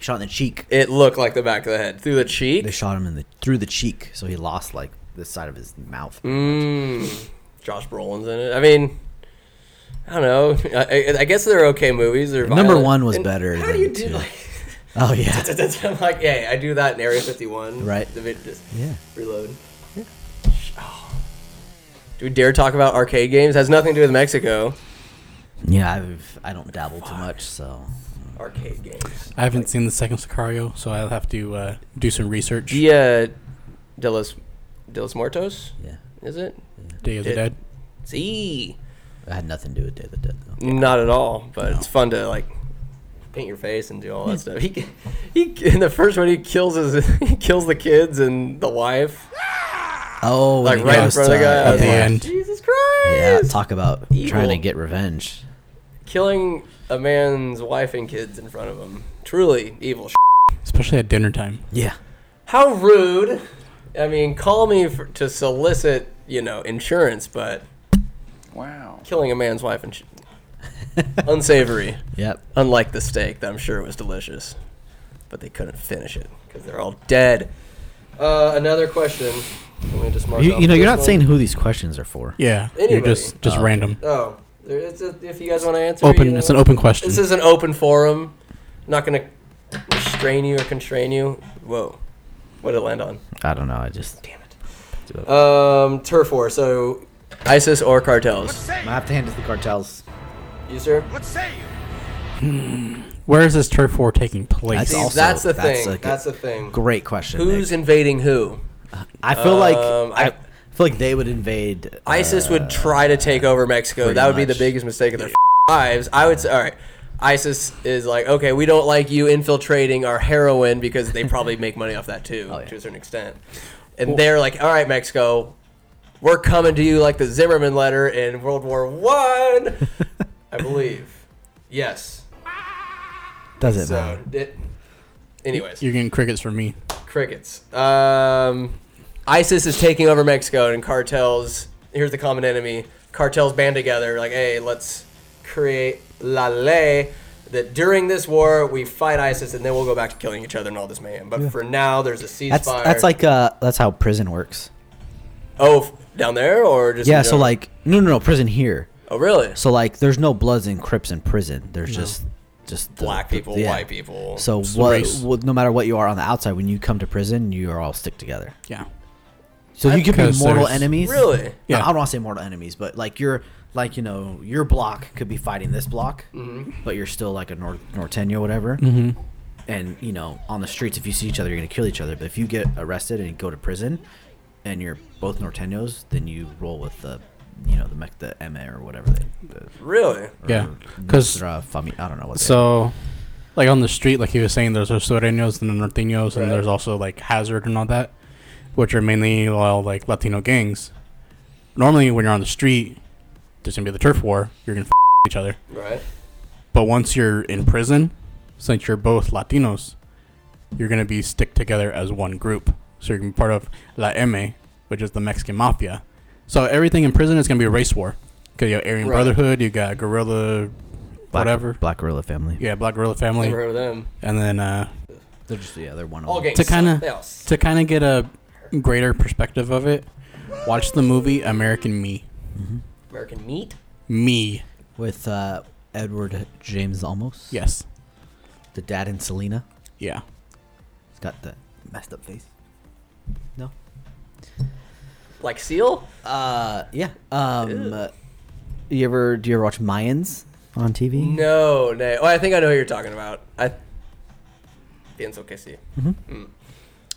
S2: Shot in the cheek.
S1: It looked like the back of the head through the cheek.
S2: They shot him in the through the cheek, so he lost like the side of his mouth.
S1: Mm, Josh Brolin's in it. I mean, I don't know. I, I, I guess they're okay movies. They're
S2: Number
S1: violent.
S2: one was better
S1: How
S2: than
S1: do you do
S2: two.
S1: like?
S2: Oh yeah.
S1: I'm like, yeah, I do that in Area 51.
S2: Right.
S1: The vid- just
S2: Yeah.
S1: reload. Oh. Do we dare talk about arcade games? Has nothing to do with Mexico.
S2: Yeah, I've, I don't dabble too much, so
S1: Arcade games.
S4: I haven't seen the second Sicario, so I'll have to uh, do some research.
S1: Dia de los de los Muertos.
S2: yeah,
S1: Is it?
S4: Day of the
S1: It-
S4: Dead.
S1: See.
S2: I had nothing to do with Day of the Dead. Though.
S1: Not at all, but it's fun to like paint your face and do all
S2: Hmm.
S1: that stuff. He, he in the first one he kills his he kills the kids and the wife
S2: Oh, when
S1: like
S2: he
S1: right in
S2: goes
S1: front of the
S2: to- uh,
S1: guy. I was
S4: the
S1: like,
S4: end.
S1: Jesus
S2: Yeah,
S1: Christ!
S2: talk about
S1: Evil.
S2: trying to get revenge.
S1: Killing a man's wife and kids in front of him. Truly evil. s***.
S4: Especially at dinner time.
S2: Yeah,
S1: How rude! I mean, call me for, to solicit you know insurance, but
S3: Wow.
S1: killing a man's wife and sh- unsavory.
S2: yep.
S1: Unlike the steak that I'm sure was delicious, but they couldn't finish it because they're all dead. Uh, another question. Let me just mark
S2: You,
S1: off
S2: you know, you're
S1: this
S2: not
S1: one.
S2: saying who these questions are for.
S4: Yeah. You're
S1: Anybody.
S4: just just
S2: Oh, okay.
S4: random.
S1: Oh, there, it's a, if you guys want to answer. you
S4: Open.
S1: know.
S4: It's an open question.
S1: This is an open forum. I'm not gonna restrain you or constrain you. Whoa, what did it land on?
S2: I don't know. I just
S1: Damn it.
S2: do it.
S1: Um, turf war. So, ISIS or cartels?
S2: I have to hand it to the cartels.
S1: You sir?
S4: Where is this turf war taking place?
S2: That's
S1: See,
S2: also-
S1: that's the
S2: that's
S1: thing.
S2: like a-
S1: that's the thing.
S2: Great question.
S1: Who's
S2: Nick.
S1: invading who?
S2: I feel like
S1: Um,
S2: I,
S1: I-
S2: feel like they would invade.
S1: ISIS
S2: uh,
S1: would try to take over Mexico.
S2: pretty
S1: That would be the
S2: much.
S1: biggest mistake of their lives. I would say, all right, ISIS is like, okay, we don't like you infiltrating our heroin because they probably make money off that too,
S2: Oh, yeah.
S1: to a certain extent. And they're like, all right, Mexico, we're coming to you like the Zimmerman letter in World War One, I, believe. Yes,
S2: Doesn't
S1: So,
S2: matter.
S1: it, anyways,
S4: You're getting crickets from me.
S1: crickets. Um, ISIS is taking over Mexico, and cartels. Here's the common enemy. Cartels band together, like, hey, let's create la ley that during this war we fight ISIS, and then we'll go back to killing each other and all this mayhem. But for now, there's a ceasefire.
S2: That's that's like uh that's how prison works.
S1: oh, f- down there or just in
S2: Yeah, so
S1: general?
S2: like no no no prison here.
S1: oh really?
S2: So like there's no bloods and crips in prison. There's just just the-
S1: Black
S2: the-
S1: people,
S2: yeah.
S1: white people.
S2: So
S4: Just
S2: what,
S4: race.
S2: what? No matter what you are on the outside, when you come to prison, you are all stick together.
S4: Yeah.
S2: So you can be
S4: Because
S2: mortal
S4: there's-
S2: enemies.
S1: Really?
S2: No,
S4: Yeah.
S2: I don't want to say mortal enemies, but like you're like you know your block could be fighting this block,
S1: Mm-hmm.
S2: but you're still like a Nor- Norteño or whatever. Mm-hmm. And you know on the streets, if you see each other, you're gonna kill each other. But if you get arrested and go to prison, and you're both Norteños, then you roll with the you know the mech the MA or whatever they. The,
S1: Really?
S4: Yeah.
S2: because
S4: Because
S2: I don't know what. they-
S4: So, like on the street, like he was saying, there's los sureños and the norteños,
S1: Right.
S4: and there's also like Hazard and all that, which are mainly well like Latino gangs. Normally, when you're on the street, there's gonna be the turf war. You're gonna f- each other.
S1: Right.
S4: But once you're in prison, since you're both Latinos, you're gonna be stick together as one group. So you're gonna be part of La M, which is the Mexican mafia. So everything in prison is gonna be a race war. Cause you have Aryan
S1: Right.
S4: Brotherhood, you got guerrilla,
S2: Black,
S4: whatever.
S2: Black gorilla family.
S4: Yeah, Black Gorilla Family.
S1: Never heard of them.
S4: And then uh,
S2: They're just yeah, they're one.
S1: All gangs.
S4: To kinda-
S1: suck. They all suck.
S4: to kind of get a greater perspective of it, watch the movie American Me.
S1: American meat.
S4: Me,
S2: with uh, Edward James almost.
S4: yes,
S2: the dad and Selena.
S4: yeah.
S2: He's got the messed up face. No.
S1: Like seal?
S2: Uh, yeah.
S1: Ew.
S2: Um, uh, you ever do you ever watch Mayans on TV?
S1: No, no. Oh, I think I know who you're talking about. I. Pienso que sí.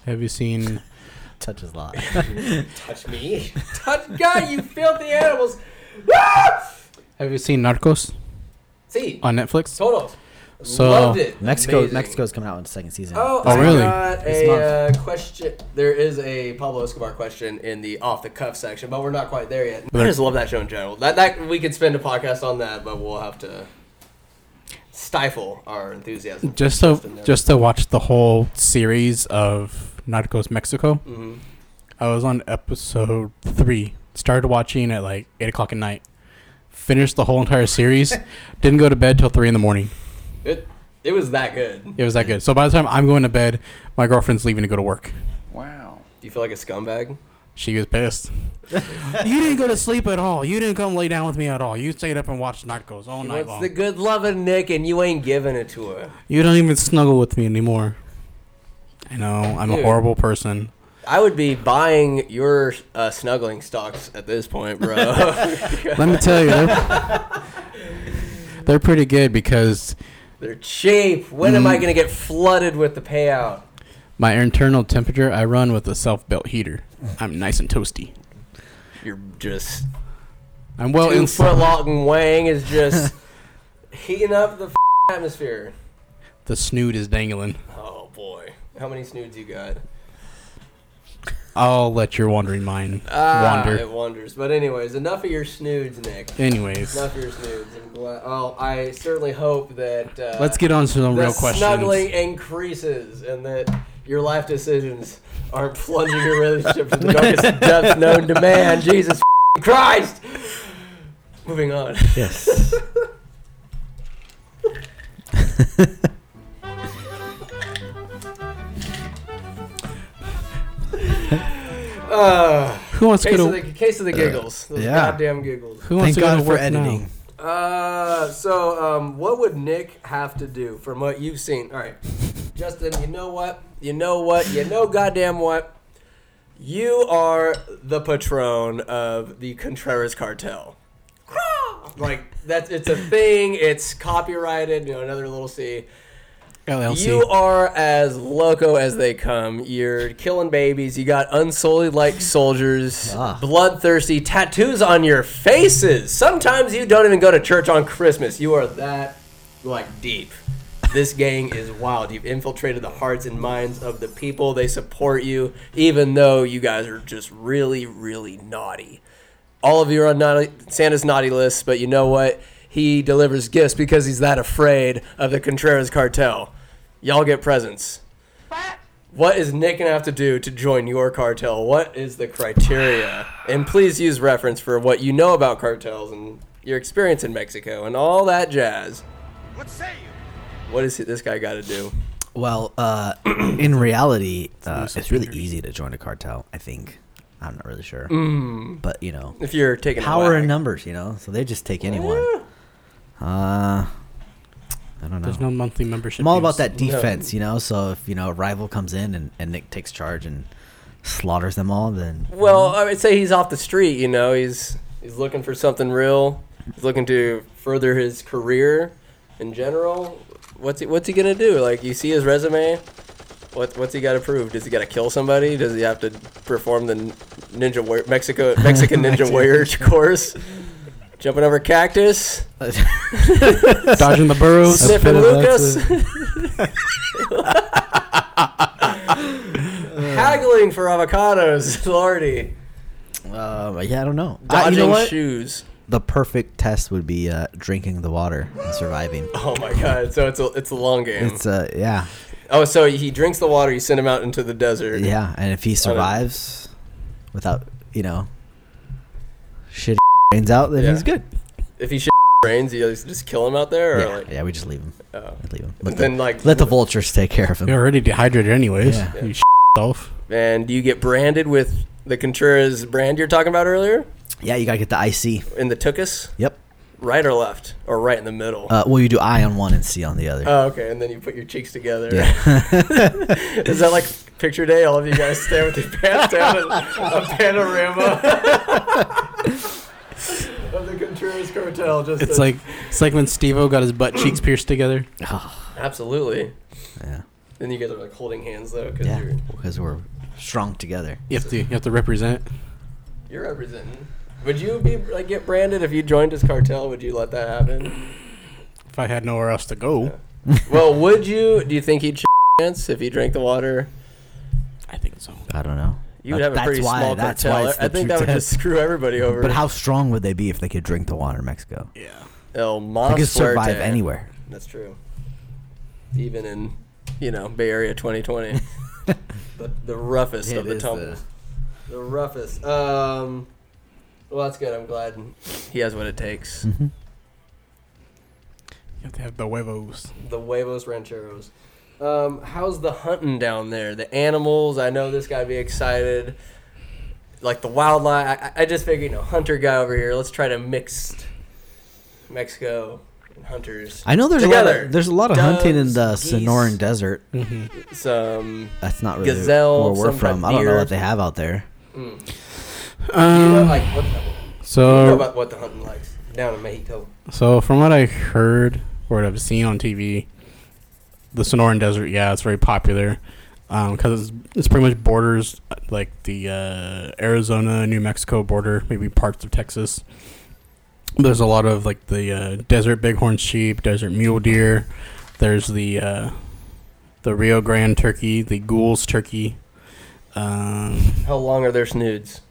S4: Have you seen?
S2: Touches a lot.
S1: Touch me. Touch God, you filthy animals.
S4: Have you seen Narcos
S1: See.
S4: on Netflix?
S1: Total.
S4: So-
S1: Loved it.
S2: Mexico
S1: Amazing.
S2: Mexico's coming out in the second season.
S1: Oh,
S4: Oh,
S1: I
S4: really?
S1: got
S4: This
S1: a uh, question. There is a Pablo Escobar question in the off the cuff section, but we're not quite there yet. I
S4: There-
S1: just love that show in general. That that we could spend a podcast on that, but we'll have to stifle our enthusiasm.
S4: Just to
S1: in there.
S4: just to watch the whole series of Narcos Mexico.
S1: Mhm.
S4: I was on episode three. Started watching at like eight o'clock at night. Finished the whole entire series. Didn't go to bed till three in the morning.
S1: It it was that good. Do
S4: It was that good. So by the time I'm going to bed, my girlfriend's leaving to go to work.
S3: Wow.
S1: you feel like a scumbag?
S4: She was pissed. you didn't go to sleep at all. You didn't come lay down with me at all. You stayed up and watched Narcos all night
S1: What's
S4: long.
S1: the good loving Nick, and you ain't giving it to her?
S4: you don't even snuggle with me anymore. I know. I'm
S1: Dude.
S4: a horrible person.
S1: I would be buying your uh, snuggling stocks at this point, bro.
S4: Let me tell you, they're, they're pretty good because
S1: They're cheap. When am
S4: Mm.
S1: I gonna get flooded with the payout?
S4: my internal temperature, I run with a self built heater. I'm nice and toasty.
S1: You're just
S4: I'm well
S1: two foot
S4: inside.
S1: long Wang is just heating up the f- atmosphere.
S4: The snoot is dangling.
S1: Oh boy, how many snoods you got?
S4: I'll let your wandering mind
S1: Ah,
S4: wander.
S1: it wanders. But anyways, enough of your snoods, Nick.
S4: Anyways,
S1: Enough of your snoods. I'm glad. Oh, I certainly hope that. Uh,
S4: let's get on to some
S1: the
S4: real questions.
S1: snuggling increases and that your life decisions aren't plunging your relationship to the darkest depths known to man. Jesus f***ing Christ! Moving on.
S2: yes.
S1: Uh,
S4: Who wants to
S1: case,
S4: go
S1: of
S4: to
S1: the, case of the giggles. Those
S2: yeah.
S1: goddamn giggles.
S4: Who
S2: Thank
S4: wants to go
S2: God
S4: to
S2: for
S4: work now?
S2: editing.
S1: Uh, so um, what would Nick have to do from what you've seen? All right, Justin, you know what? You know what? You know goddamn what? You are the patron of the Contreras cartel. Like that's it's a thing. It's copyrighted. You know, another little C.
S4: LLC.
S1: You are as loco as they come. You're killing babies. You got unsullied like soldiers,
S2: Ah.
S1: bloodthirsty tattoos on your faces. Sometimes you don't even go to church on Christmas. You are that like deep. This gang is wild. You've infiltrated the hearts and minds of the people. They support you, even though you guys are just really, really naughty all of you are on naughty, Santa's naughty list, but you know what? he delivers gifts because he's that afraid of the Contreras cartel. Y'all get presents. What is Nick gonna have to do to join your cartel? What is the criteria? And please use reference for what you know about cartels and your experience in Mexico and all that jazz.
S3: What say you?
S1: What is this guy got to do?
S2: Well, uh, in reality, uh,
S4: loose
S2: it's really
S4: fingers.
S2: easy to join a cartel. I think. I'm not really sure, but you know,
S1: If you're taking Mm. a
S2: power in
S1: whack.
S2: numbers. You know, so they just take anyone. Uh, I don't know.
S4: There's no monthly membership.
S2: I'm all about
S4: dues.
S2: that
S1: No.
S2: defense, you know. So if you know a rival comes in and, and Nick takes charge and slaughters them all, then
S1: Well, I would say he's off the street. You know, he's he's looking for something real. He's looking to further his career in general. What's he What's he gonna do? Like, you see his resume. What, what's he got to prove? Does he got to kill somebody? Does he have to perform the ninja war- Mexico Mexican ninja warrior course? Jumping over cactus,
S4: Dodging the burrows.
S1: sniffing
S4: That's it.
S1: Lucas, haggling for avocados, Lordy,
S2: uh, but yeah, I don't know. I, you
S1: dodging
S2: know what?
S1: shoes.
S2: The perfect test would be uh, drinking the water and surviving.
S1: Oh my god! So it's a it's a long game.
S2: It's uh, yeah,
S1: oh, so he drinks the water. You send him out into the desert.
S2: yeah. And if he survives without you know shit rains out, then
S1: Yeah.
S2: he's good.
S1: If he shit brains, you just kill him out there, or
S2: Yeah,
S1: like
S2: yeah, we just leave him.
S1: oh.
S2: We'd Leave him. Let
S1: And
S2: the,
S1: then like
S2: let the vultures take care of him.
S4: You're already dehydrated, anyways.
S2: Yeah.
S4: You s off.
S1: and you get branded with the Contreras brand you're talking about earlier
S2: Yeah, you gotta get the IC.
S1: in the tuchus,
S2: Yep.
S1: right or left, or right in the middle.
S2: Uh, well, you do I on one and C on the other.
S1: oh, okay. And then you put your cheeks together.
S2: yeah.
S1: Is that like picture day? All of you guys stand with your pants down and a panorama of the Contreras cartel. Just
S4: It's like it's like when Steve-O got his butt cheeks pierced together.
S1: absolutely.
S2: yeah.
S1: Then you guys are like holding hands though, because
S2: Yeah,
S1: you're
S2: because we're strong together.
S4: You have to you have to represent.
S1: you're representing. Would you be like get branded if you joined his cartel? Would you let that happen?
S4: If I had nowhere else to go,
S1: well, would you? Do you think he'd chance if he drank the water?
S4: I think so.
S2: I don't know.
S1: You would
S2: That-
S1: have a
S2: that's
S1: pretty
S2: why-
S1: small
S2: that's why
S1: cartel.
S2: it's
S1: I
S2: the
S1: think
S2: two
S1: that would
S2: tests.
S1: just screw everybody over.
S2: But how strong would they be if they could drink the water in Mexico?
S4: Yeah.
S1: El
S2: They
S1: Mas
S2: could survive
S1: Fuerte.
S2: anywhere.
S1: That's true. Even in, you know, Bay Area 2020, the, the roughest of
S2: It
S1: the
S2: is
S1: tumbles. The... roughest. Um, well, that's good. I'm glad he has what it takes.
S2: Mm-hmm.
S4: You have to have the huevos.
S1: the huevos rancheros. Um, how's the hunting down there? The animals. I know this guy would be excited. Like the wildlife. I, I just figure, you know, hunter guy over here. Let's try to mix Mexico and hunters.
S2: I know there's a lot
S1: Together.
S2: of, there's a lot of hunting in the
S1: Doves, geese.
S2: Sonoran Desert.
S4: Mm-hmm.
S1: Some.
S2: That's not really
S1: Gazelle,
S2: where we're
S1: some kind
S2: from.
S1: of
S2: I don't know
S1: deer.
S2: what they have out there.
S1: mm. You know,
S4: Um,
S1: like what the, you know
S4: so
S1: about what the hunting likes down in Mexico.
S4: so from what I heard or what I've seen on TV, the Sonoran Desert, yeah, it's very popular because it's, it's pretty much borders uh, like the uh, Arizona, New Mexico border, maybe parts of Texas. There's a lot of like the uh, desert bighorn sheep, desert mule deer. There's the uh, the Rio Grande turkey, the Ghouls turkey. Um,
S1: How long are their snoods?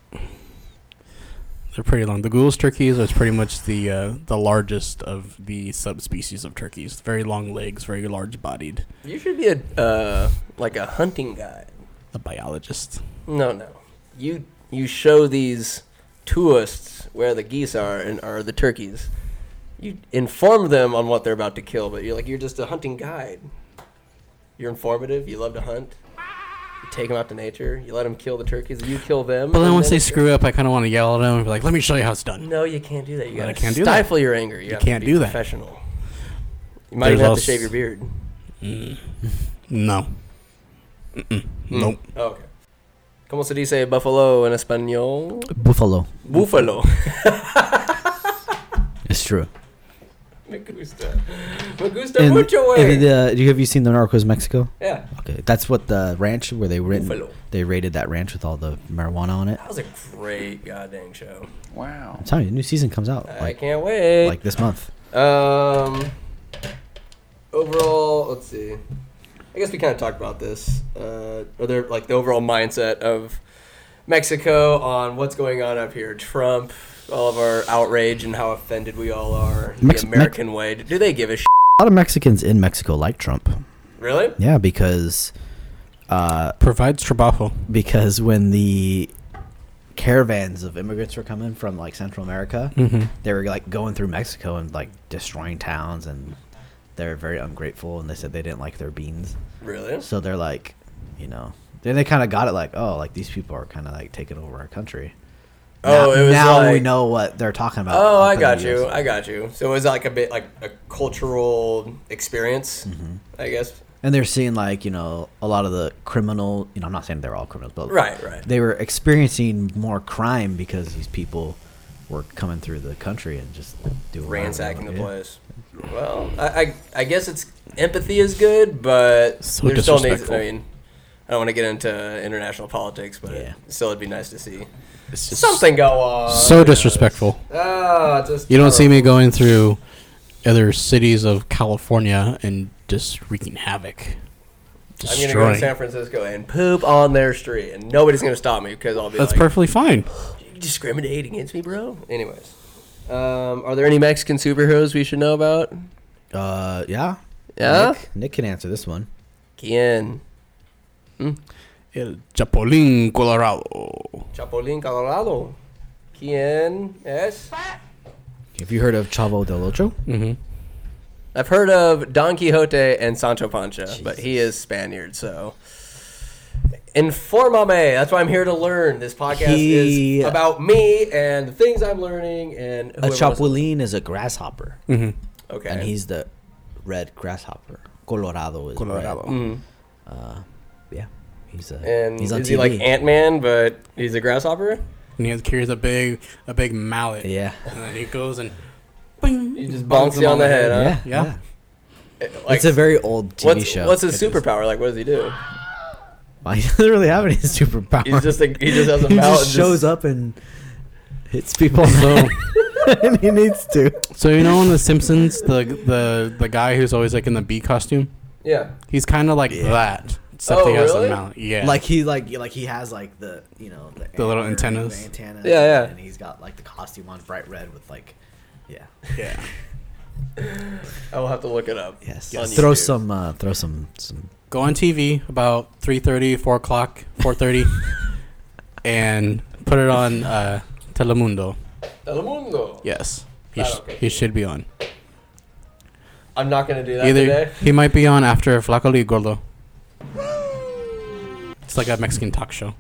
S4: They're pretty long. The Ghouls turkeys is pretty much the uh, the largest of the subspecies of turkeys. Very long legs, very large bodied.
S1: You should be a uh, like a hunting guy.
S4: A biologist.
S1: No, no. You you show these tourists where the geese are and are the turkeys. You inform them on what they're about to kill, but you're like you're just a hunting guide. You're informative. You love to hunt. You take them out to nature. You let them kill the turkeys. You kill them.
S4: But then
S1: and
S4: once they
S1: it's-
S4: screw up, I kind of want to yell at them and be like, "Let me show you how it's done."
S1: No, you can't do that. You
S4: Well, I
S1: gotta
S4: can't do that.
S1: stifle your anger. You, have
S4: can't
S1: to be
S4: do that.
S1: professional. You might
S4: There's
S1: even have
S4: also-
S1: to shave your beard.
S4: Mm. No. Mm-mm. Nope.
S1: Oh, okay. Como se dice buffalo en español?
S2: Buffalo.
S1: Buffalo.
S2: It's true.
S1: Me gusta. Me gusta
S2: In-
S1: mucho,
S2: in
S1: güey.
S2: the- do you- have you seen the Narcos Mexico?
S1: Yeah.
S2: Okay, that's what the ranch where they rated,
S1: Buffalo.
S2: they raided that ranch with all the marijuana on it.
S1: That was a great goddamn show.
S3: Wow.
S2: I'm telling you, the new season comes out
S1: I
S2: like
S1: can't wait.
S2: like this month.
S1: um, overall, let's see. I guess we kind of talked about this. Uh, are there like the overall mindset of Mexico on what's going on up here. Trump, all of our outrage and how offended we all are.
S2: Mex-
S1: the American way. Do they give a shit?
S2: A lot of Mexicans in Mexico like Trump.
S1: Really?
S2: Yeah, because uh,
S4: Provides trabajo.
S2: because when the caravans of immigrants were coming from like Central America,
S4: Mm.
S2: they were like going through Mexico and like destroying towns, and they're very ungrateful. And they said they didn't like their beans,
S1: Really?
S2: so they're like, you know, then they kind of got it like, oh, like these people are kind of like taking over our country.
S1: Oh,
S2: now,
S1: it was
S2: now we
S1: like-
S2: know what they're talking about.
S1: Oh,
S2: up
S1: I
S2: in the
S1: got you.
S2: US.
S1: I got you. So it was like a bit like a cultural experience,
S4: Mm-hmm.
S1: I guess.
S2: Mm-hmm. And they're seeing like you know a lot of the criminal. You know, I'm not saying they're all criminals, but
S1: Right, right.
S2: they were experiencing more crime because these people were coming through the country and just doing
S1: Ransacking the
S2: whatever they wanted
S1: place. Well, I, I, I guess it's empathy is good, but
S4: So
S1: there still needs.
S4: disrespectful.
S1: I mean, I don't want to get into international politics, but
S2: Yeah.
S1: still, it'd be nice to see
S4: It's just
S1: something go on.
S4: so disrespectful.
S1: Ah, just
S4: You don't see me going through other cities of California and just wreaking
S1: I'm
S4: havoc.
S1: gonna go to
S4: Destroying.
S1: San Francisco and poop on their street, and nobody's gonna stop me because I'll be
S4: That's
S1: like,
S4: perfectly fine.
S1: "You discriminate against me, bro. Anyways, um, are there any Mexican superheroes we should know about?
S2: to do. Uh, yeah.
S1: Yeah,
S2: Nick, Nick can answer this one.
S1: Quien?
S4: El Chapulín Colorado.
S1: Chapulín Colorado. Quien es?
S2: Have you heard of Chavo del Ocho?
S1: I've heard of Don Quixote and Sancho Panza, but he is Spaniard, so. Informame. That's why I'm here to learn. This podcast
S2: He-
S1: is about me and the things I'm learning and
S2: A
S1: whoever wants-
S2: Uh, chapulín is a grasshopper,
S4: Mm-hmm.
S1: Okay.
S2: and he's the red grasshopper. Colorado is
S4: Colorado.
S2: Red. Yeah, he's a.
S1: Mm-hmm. and
S2: he's
S1: he's
S2: on
S1: is
S2: TV.
S1: he like Ant Man, but he's a grasshopper?
S4: And he has- carries a big, a big mallet.
S2: yeah.
S4: And then he goes and, bing,
S1: He just bonks you on the head,
S2: yeah,
S1: huh?
S2: yeah,
S4: yeah.
S1: Like,
S2: it's a very old TV
S1: what's,
S2: show.
S1: What's his
S2: It is.
S1: superpower? Like, what does he do?
S2: Well, he doesn't really have any superpower.
S1: He's just a, he just has a
S2: he
S1: mouth.
S2: just shows up and hits people
S4: So,
S2: when he needs to.
S4: so you know in The Simpsons, the the the guy who's always like in the bee costume,
S1: Yeah.
S4: he's kind of like that, except
S1: Oh,
S4: he has
S1: really?
S4: a mallet. Yeah.
S2: Like he like like he has like the you know the,
S4: The little
S2: antler,
S4: antennas.
S2: the antennas.
S1: Yeah, yeah.
S2: And he's got like the costume on, bright red with like, yeah.
S4: yeah.
S1: I will have to look it up.
S2: Yes.
S1: on
S2: Throw
S1: YouTube.
S2: some. Uh, throw some. Some.
S4: go on TV about 3.30, 4 o'clock, 4.30, and put it on uh, Telemundo.
S1: Telemundo.
S4: Yes. He,
S1: Ah,
S4: sh-
S1: okay.
S4: he should be on.
S1: I'm not gonna do that
S4: Either
S1: today.
S4: he might be on after Flaco y Gordo. It's like a Mexican talk show.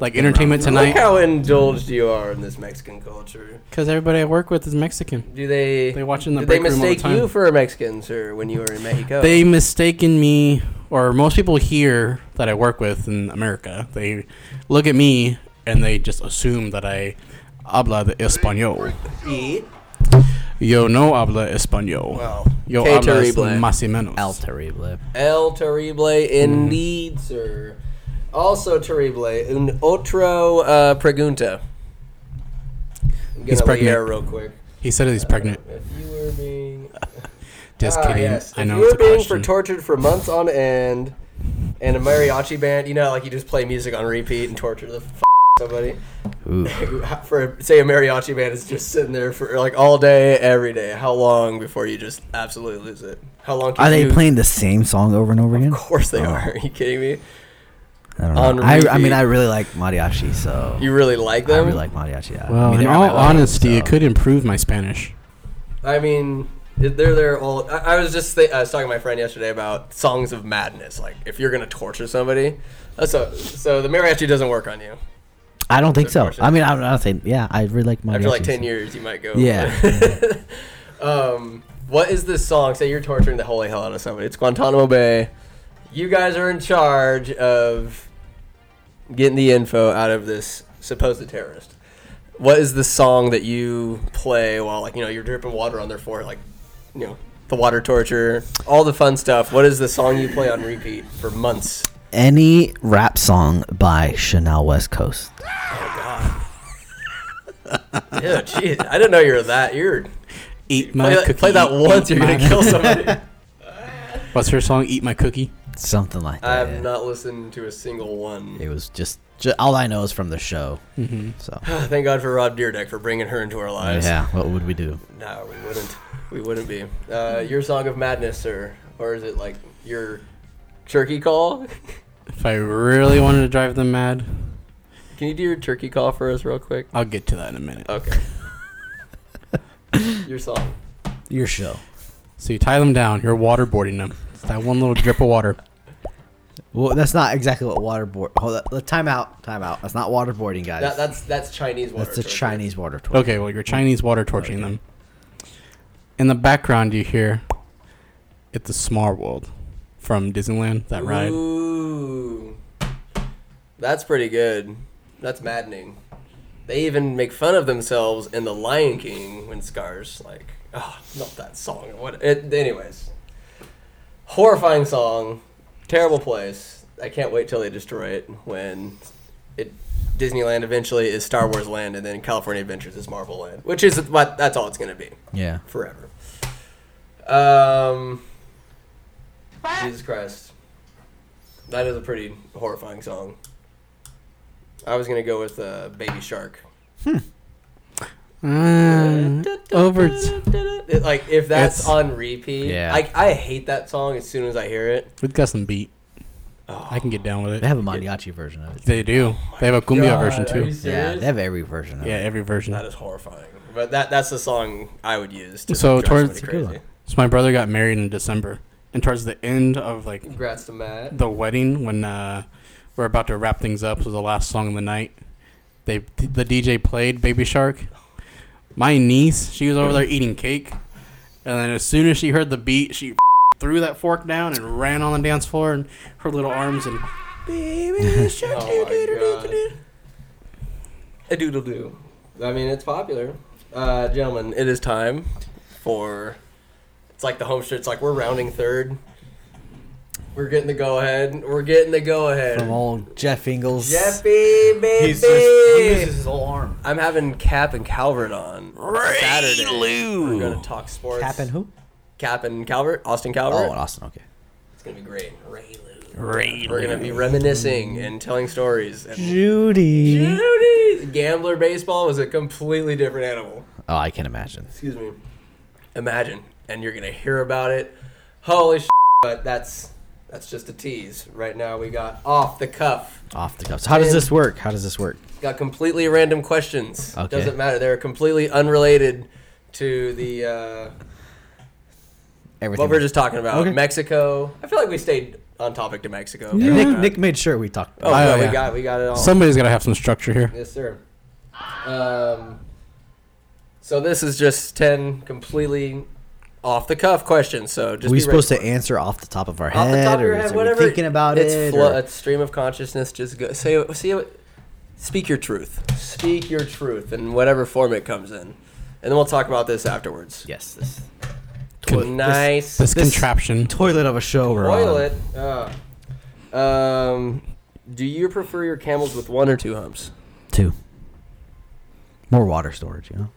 S4: Like Entertainment
S1: Mm. Look
S4: Tonight,
S1: how indulged you are in this Mexican culture.
S4: because everybody I work with is Mexican.
S1: Do they?
S4: They watch in the
S1: did they
S4: break room all the
S1: mistake
S4: time.
S1: you for a Mexican, sir, when you were in Mexico?
S4: They mistaken me, or most people here that I work with in America, they look at me and they just assume that I habla de español.
S1: eat
S4: Yo no habla español.
S1: well.
S4: Yo
S1: que
S4: hablas
S1: terrible.
S4: más y menos.
S2: El terrible.
S1: El terrible,
S4: Mm.
S1: indeed, sir. Also terrible. Un otro uh, pregunta. I'm
S4: He's
S1: gonna
S4: pregnant.
S1: Leer real quick.
S4: He said he's pregnant.
S1: If you were being
S4: Just
S1: Ah,
S4: kidding.
S1: yes.
S4: I
S1: If
S4: know
S1: you
S4: it's
S1: were
S4: a
S1: being
S4: question.
S1: for tortured for months on end, and a mariachi band, you know, like you just play music on repeat and torture the f- somebody.
S2: Ooh.
S1: For say a mariachi band is just sitting there for like all day, every day. How long before you just absolutely lose it? How long? Can
S2: Are they
S1: you-
S2: playing the same song over and over again? Oh,
S1: Of course
S4: Oh.
S1: they are. Are you kidding me?
S2: I don't know.
S1: On
S2: I, I mean,
S1: repeat.
S2: I really like mariachi, so
S1: You really like
S2: I
S1: them?
S2: really like mariachi. Yeah.
S4: Well,
S2: I mean,
S4: in
S2: they're my
S4: all
S2: life,
S4: honesty, it
S2: so-
S4: could improve my Spanish.
S1: I mean, they're there all. I, I was just th- I was talking to my friend yesterday about songs of madness. Like if you're gonna torture somebody, that's a, so the mariachi doesn't work on you.
S2: I don't think so.
S1: Question.
S2: I mean, I'm not saying. Yeah, I really like mariachi.
S1: After like ten
S2: so-
S1: years, you might go.
S2: Yeah.
S1: um, what is this song? Say you're torturing the holy hell out of somebody. It's Guantanamo Bay. You guys are in charge of getting the info out of this supposed terrorist. What is the song that you play while like you know you're dripping water on their forehead, like you know the water torture, all the fun stuff? What is the song you play on repeat for months?
S2: any rap song by Chanel West Coast.
S1: Yeah, jeez, I didn't know you were that. You're
S4: Eat my
S1: play that,
S4: cookie.
S1: play that
S4: eat
S1: once, you're gonna
S4: my-
S1: kill somebody.
S4: What's her song? Eat my cookie.
S2: Something like that.
S1: I have not listened to a single one.
S2: It was just Ju- all I know is from the show. So
S1: Thank God for Rob Deerdeck for bringing her into our lives.
S2: yeah, what would we do?
S1: No, we wouldn't. We wouldn't be. Uh, your song of madness, sir, or is it like your turkey call?
S4: If I really wanted to drive them mad,
S1: Can you do your turkey call for us real quick?
S4: I'll get to that in a minute.
S1: Okay. your song.
S2: Your show.
S4: So you tie them down. You're waterboarding them. It's that one little drip of water.
S2: Well, that's not exactly what waterboard. Hold up, time out, time out. That's not waterboarding, guys.
S1: That, that's that's Chinese water.
S2: that's a
S1: torture.
S2: Chinese water torture.
S4: Okay, well you're Chinese water torturing them. In the background, you hear "It's a Small World" from Disneyland. That ride.
S1: Ooh, that's pretty good. That's maddening. They even make fun of themselves in The Lion King when Scar's like, oh, not that song. What? It, anyways, horrifying song, terrible place. I can't wait till they destroy it when it Disneyland eventually is Star Wars Land, and then California Adventures is Marvel Land, which is what that's all it's gonna be
S2: Yeah.
S1: forever. Um, Jesus Christ, that is a pretty horrifying song. I was gonna go with uh, Baby Shark.
S4: Uh, over. t-
S1: It- like if that's
S4: It's-
S1: on repeat,
S2: Yeah.
S1: I I hate that song as soon as I hear it. Oh,
S4: We've got some beat. Oh, I can get down with
S2: They
S4: it.
S2: have a mariachi version of it.
S4: They do. They have a cumbia
S1: God,
S4: version
S1: are you
S4: too.
S2: Yeah,
S1: serious?
S2: they have every version of
S4: Yeah,
S2: it.
S4: every version.
S1: that is horrifying. But that that's the song I would use to
S4: So
S1: drive somebody
S4: towards-
S2: It's a good
S1: crazy.
S4: So my brother got married in December, and towards the end of like
S1: Congrats to Matt.
S4: the wedding, when uh, we're about to wrap things up, was the last song of the night. They the DJ played Baby Shark. My niece, she was over there eating cake, and then as soon as she heard the beat, she threw that fork down and ran on the dance floor and her little arms and baby shark.
S1: Oh my God. A doodle doo. I mean, it's popular. Uh, gentlemen, it is time for. It's like the home stretch. It's like we're rounding third. We're getting the go ahead. We're getting the go
S2: From
S1: ahead.
S2: old Jeff Ingles.
S1: Jeffy, baby.
S2: He's just, he uses his whole arm.
S1: I'm having Cap and Calvert on Saturday. We're gonna talk sports.
S2: Cap and who?
S1: Cap and Calvert, Austin
S2: Oh,
S1: Calvert.
S2: in Austin. Okay.
S1: It's gonna be great. Ray Lou.
S4: Ray
S1: We're gonna be reminiscing and telling stories. And
S2: Judy.
S1: Judy, gambler baseball was a completely different animal.
S2: Oh, I can imagine.
S1: excuse me imagine and you're gonna hear about it holy sh- but that's that's just a tease right now we got off the cuff
S2: Off the cuff. So how does this work? How does this work?
S1: got completely random questions
S2: Okay.
S1: doesn't matter they're completely unrelated to the uh,
S2: Everything.
S1: what we we're just talking about
S2: Okay.
S1: mexico i feel like we stayed on topic to mexico
S2: Nick, Nick made sure we talked.
S1: oh,
S2: about
S1: no,
S4: Oh,
S1: we
S4: yeah.
S1: got we got it all
S4: Somebody's gotta have some structure here.
S1: Yes, sir. Um, so this is just ten completely off the cuff questions. So just
S2: we
S1: be
S2: supposed to
S1: ready
S2: answer off the top of our
S1: for it. off
S2: head,
S1: the top of your
S2: or
S1: head,
S2: is it
S1: whatever.
S2: we're thinking about
S1: it's
S2: it.
S1: flow,
S2: or-
S1: it's stream of consciousness. Just go say see what- speak your truth. Speak your truth in whatever form it comes in, and then we'll talk about this afterwards.
S2: yes, this
S4: Con-
S1: nice
S4: this,
S2: This-
S4: contraption.
S2: toilet of a show. We're
S1: toilet. Uh, um, do you prefer your camels with one or two humps?
S2: on. two. More water storage, you know.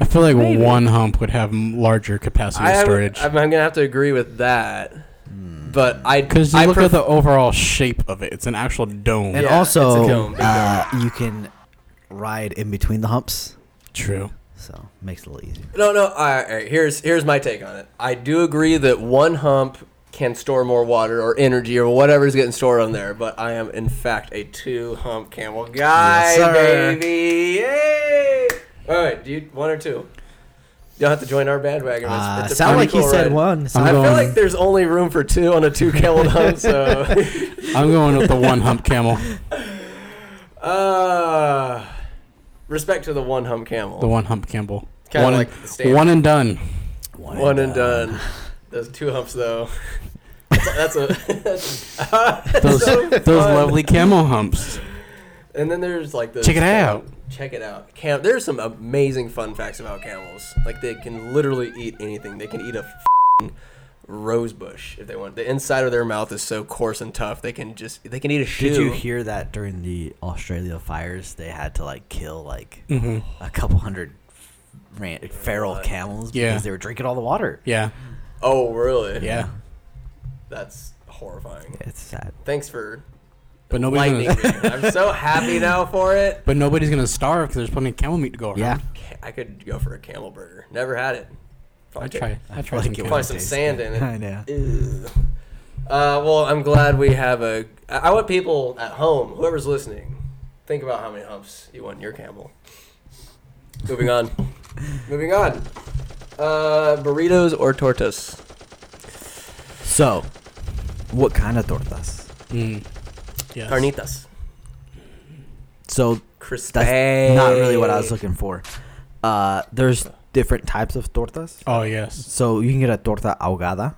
S4: I feel like one hump would have m- larger capacity
S1: I am-
S4: storage.
S1: I'm, I'm gonna have to agree with that. But I
S4: Because you
S1: I
S4: look
S1: pref-
S4: at the overall shape of it, it's an actual dome.
S2: And
S1: Yeah,
S2: also,
S1: it's a dome, big
S2: uh, you can ride in between the humps,
S4: True.
S2: so makes it a little easier.
S1: no no. All right, all right, here's here's my take on it. I do agree that one hump can store more water or energy or whatever's getting stored on there. But I am in fact a two hump camel guy,
S2: Yes, sir.
S1: baby. Yay! All right, do you one or two? You don't have to join our bandwagon. It's,
S2: Uh,
S1: it's a
S2: sound
S1: pretty
S2: like he
S1: cool
S2: said
S1: ride.
S2: one. so-
S1: I feel
S4: going-
S1: like there's only room for two on a two camel hump, so.
S4: I'm going with the one hump camel.
S1: Uh, respect to the one hump camel.
S4: The one hump camel.
S1: Kinda
S4: one,
S1: like the stand.
S4: one and done.
S2: One,
S1: one and done. Those two humps though. That's a. That's a
S4: Those,
S1: so
S4: those
S1: fun.
S4: lovely camel humps.
S1: And then there's like the.
S4: Check it out.
S1: Check it out. Cam- there's some amazing fun facts about camels. Like they can literally eat anything. They can eat a f***ing rose bush if they want. The inside of their mouth is so coarse and tough. They can just. They can eat a shoe.
S2: Did you hear that during the Australia fires, they had to like kill like a couple hundred ran- feral camels
S4: Yeah.
S2: because they were drinking all the water?
S4: Yeah.
S1: Oh really?
S4: Yeah.
S1: That's horrifying.
S2: It's sad.
S1: Thanks for
S4: But nobody's
S1: lightning.
S4: gonna,
S1: me. I'm so happy now for it.
S4: but nobody's gonna starve because there's plenty of camel meat to go around.
S6: Yeah.
S1: Ca- I could go for a camel burger. Never had it.
S4: I
S1: Probably take-
S4: try. I try
S6: like
S4: some
S6: it
S4: camel.
S1: Probably some
S6: Tastes
S1: sand in it.
S2: I know.
S1: Ew. Uh, well, I'm glad we have a. I I want people at home, whoever's listening, think about how many humps you want in your camel. Moving on. Moving on. Uh, burritos or tortas?
S6: So,
S2: What kind of tortas?
S4: Mm. Yes.
S1: Carnitas.
S6: so
S1: Crispy.
S2: That's not really what I was looking for. Uh, there's different types of tortas.
S4: Oh yes.
S2: So you can get a torta ahogada,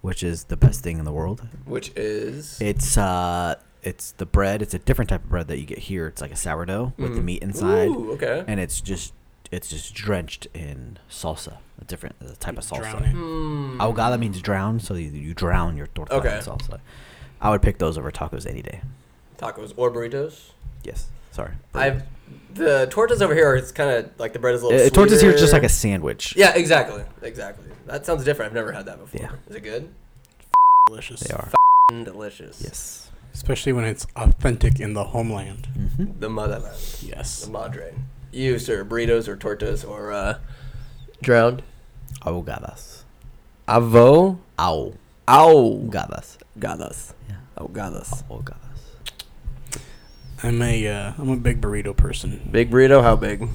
S2: which is the best thing in the world.
S1: Which is.
S2: It's uh, it's the bread. It's a different type of bread that you get here. It's like a sourdough with the
S1: Mhm.
S2: meat inside,
S1: Ooh, okay.
S2: and it's just it's just drenched in salsa, a different uh, type of salsa.
S4: Drown it.
S1: Hmm.
S2: Ahogada means drown, so you, you drown your torta
S1: Okay.
S2: in salsa. I would pick those over tacos any day.
S1: Tacos or burritos?
S2: Yes, sorry.
S1: I've. The tortas over here are it's kind of like the bread is a little.
S2: Uh, tortas here is just
S1: sweeter.
S2: like a sandwich.
S1: Yeah, exactly. Exactly. That sounds different. I've never had that before.
S2: Yeah.
S1: Is it good?
S4: Delicious.
S2: They are.
S1: Mm, Delicious.
S2: Yes.
S4: Especially when it's authentic in the homeland.
S2: hmm
S1: The motherland. The
S4: Yes.
S1: madre. You, sir, burritos or tortas or uh, drowned?
S2: Ahogadas.
S1: Avo.
S2: Au.
S1: Au.
S2: Gadas.
S1: Gadas.
S2: Yeah.
S1: Augadas.
S2: Ahogadas.
S4: I'm a uh, I'm a big burrito person.
S1: Big burrito? How big?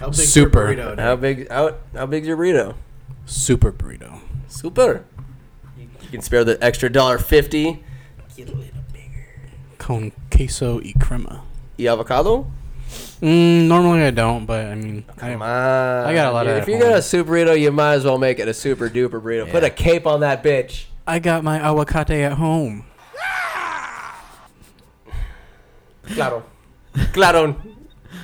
S6: how big's your
S4: Super.
S6: burrito?
S1: How big? How, how big's your burrito?
S4: Super burrito.
S1: Super. You can spare the extra dollar fifty.
S4: Con queso y crema.
S1: E avocado?
S4: Mm, normally I don't, but I mean, I,
S1: Come on.
S4: I got a lot of
S1: If
S4: at
S1: you got
S4: home.
S1: a super burrito, you might as well make it a super duper burrito. Put a cape on that bitch.
S4: I got my aguacate at home.
S1: Claro. Claro.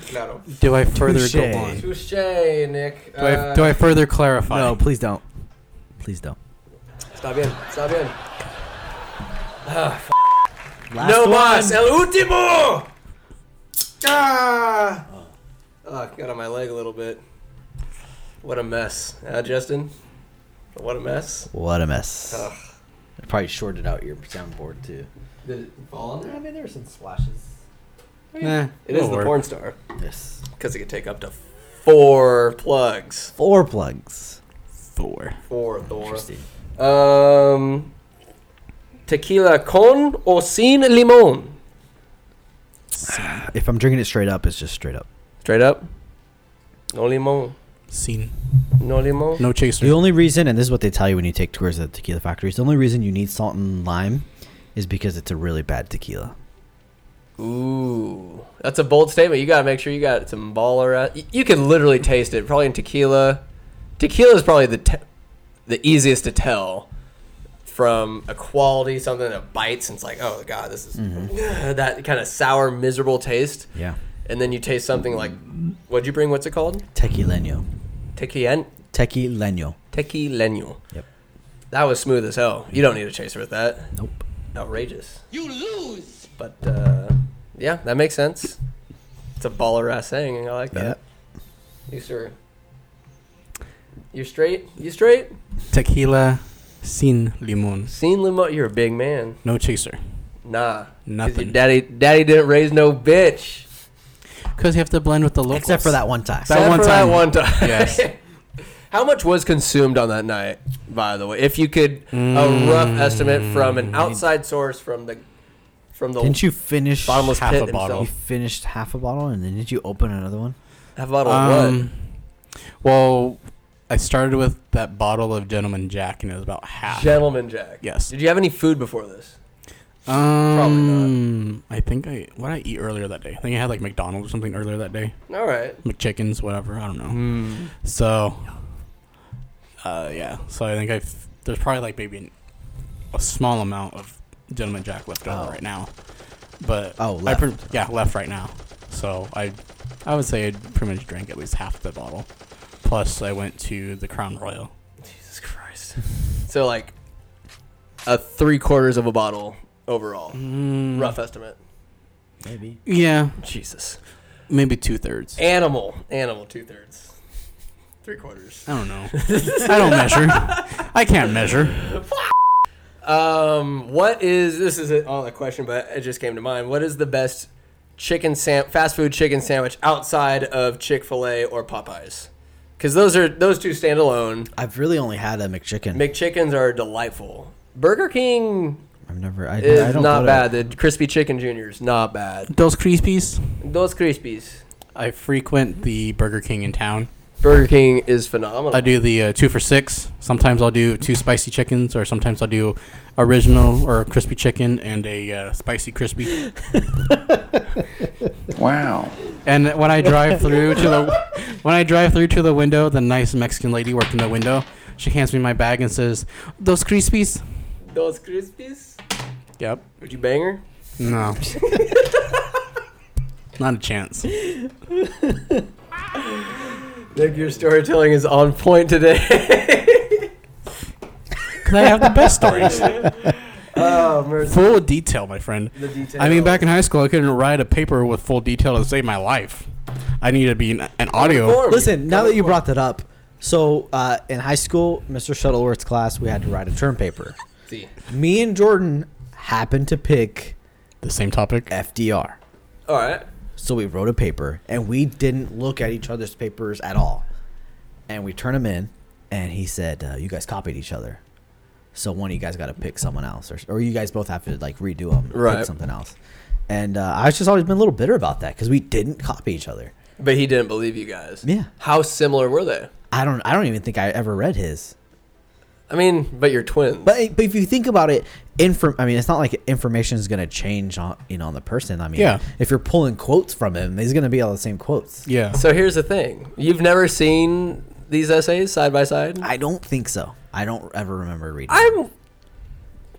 S1: Claro.
S4: Do I further
S2: Touche.
S4: go on? Do
S1: Touche, Nick.
S4: I, do I further clarify?
S2: No, please don't. Please don't.
S1: Está bien. Está bien. Ah,
S2: Last
S1: no
S2: one.
S1: más. El último. Ah. Oh, got on my leg a little bit. What a mess, huh, Justin? What a mess.
S2: What a mess.
S1: Ugh.
S2: I probably shorted out your soundboard too.
S1: Did it fall on there?
S2: mean, there were some splashes.
S4: Nah,
S1: It is
S4: it'll
S1: the
S4: work.
S1: porn star
S2: Yes.
S1: because it could take up to four plugs.
S2: Four plugs.
S4: Four.
S1: Four Thor.
S2: Interesting.
S1: Um, tequila con or sin limon.
S4: Scene.
S2: If I'm drinking it straight up, it's just straight up.
S1: Straight up. No limon.
S4: Scene.
S1: No limon.
S4: No chaser.
S2: The only reason, and this is what they tell you when you take tours of the tequila factories, the only reason you need salt and lime is because it's a really bad tequila.
S1: Ooh, that's a bold statement. You gotta make sure you got some ball around. You, you can literally taste it. Probably in tequila. Tequila is probably the te- the easiest to tell from a quality something that bites and it's like, oh god, this is that kind of sour, miserable taste.
S2: Yeah.
S1: And then you taste something like, what'd you bring? What's it called?
S2: Tequileño.
S1: Tequien
S2: Tequileño.
S1: tequileño.
S2: Yep.
S1: That was smooth as hell. You don't need a chaser with that.
S2: Nope.
S1: outrageous. You lose. But uh, yeah, that makes sense. It's a baller ass saying. I like that. You sir. You straight? You straight?
S4: Tequila. Sin limon.
S1: Seen Limo? You're a big man.
S4: No chaser.
S1: Nah. 'Cause your
S4: Nothing.
S1: daddy, daddy didn't raise no bitch.
S4: Because you have to blend with the locals.
S2: Except for that one time.
S4: That
S1: Except
S4: one
S1: for
S4: time.
S1: That one time.
S4: Yes.
S1: How much was consumed on that night? By the way, if you could a
S4: Mm.
S1: rough estimate from an outside source from the from the
S2: Didn't you finish
S1: bottomless
S4: Half
S1: pit
S4: a bottle.
S2: You
S1: himself.
S2: finished half a bottle and then did you open another one?
S1: Half a bottle of what?
S4: Um, well, I started with that bottle of Gentleman Jack, and it was about half.
S1: Gentleman Jack.
S4: Yes.
S1: Did you have any food before this?
S4: Probably
S1: not.
S4: not. Um, I think I what did I eat earlier that day. I think I had like McDonald's or something earlier that day.
S1: All right.
S4: McChickens, whatever. I don't know. So, uh, yeah. So I think I've there's probably like maybe an, a small amount of Gentleman Jack left over
S2: Oh.
S4: right now, but
S2: Oh,
S4: I
S2: left.
S4: pre- yeah left right now. So I I would say I pretty much drank at least half the bottle. Plus I went to the Crown Royal.
S1: Jesus Christ. so like a three quarters of a bottle overall.
S4: Hmm.
S1: Rough estimate.
S2: Maybe.
S4: Yeah,
S1: Jesus.
S4: maybe two thirds.
S1: Eh.
S4: I
S1: Animal. Animal. Two thirds. Three quarters.
S4: don't know. I don't measure. I can't measure.
S1: Um, what is this? Isn't all a question, but it just came to mind. What is the best chicken sam fast food chicken sandwich outside of Chick Fil A or Popeyes? Because those are those two stand alone.
S2: I've really only had a McChicken.
S1: McChickens are delightful. Burger King
S2: I've never. I,
S1: is
S2: I don't
S1: not
S2: go to-
S1: bad. The crispy chicken juniors not bad.
S4: Those Krispies.
S1: Those crispies.
S4: I frequent the Burger King in town.
S1: Burger King is phenomenal.
S4: I do the uh, two for six. Sometimes I'll do two spicy chickens, or sometimes I'll do original or crispy chicken and a uh, spicy crispy.
S7: Wow.
S4: And when I drive through to the when I drive through to the window, the nice Mexican lady working the window, she hands me my bag and says, "Those Krispies."
S1: Those crispies.
S4: Yep.
S1: Would you bang her?
S4: No. Not a chance.
S1: Nick, your storytelling is on point today.
S4: Cause I have the best stories.
S1: oh, mercy.
S4: Full detail, my friend.
S1: The detail.
S4: I mean, back in high school, I couldn't write a paper with full detail to save my life. I needed to be an, an audio.
S1: Form.
S2: Listen, now that you brought that up, so uh, in high school, Mr. Shuttleworth's class, we had to write a term paper.
S1: See.
S2: Me and Jordan happened to pick
S4: The same topic.
S2: FDR.
S1: All right.
S2: So we wrote a paper and we didn't look at each other's papers at all. And we turned them in and he said, uh, You guys copied each other. So one of you guys got to pick someone else or, or you guys both have to like redo them or
S1: Right.
S2: pick something else. And uh, I've just always been a little bitter about that because we didn't copy each other.
S1: But he didn't believe you guys.
S2: Yeah.
S1: How similar were they?
S2: I don't. I don't even think I ever read his.
S1: I mean, but you're twins.
S2: But but if you think about it, inform. I mean, it's not like information is going to change on you know on the person. I mean,
S4: Yeah.
S2: If you're pulling quotes from him, he's going to be all the same quotes.
S4: Yeah.
S1: so here's the thing: you've never seen these essays side by side.
S2: I don't think so. I don't ever remember reading. it.
S1: I'm,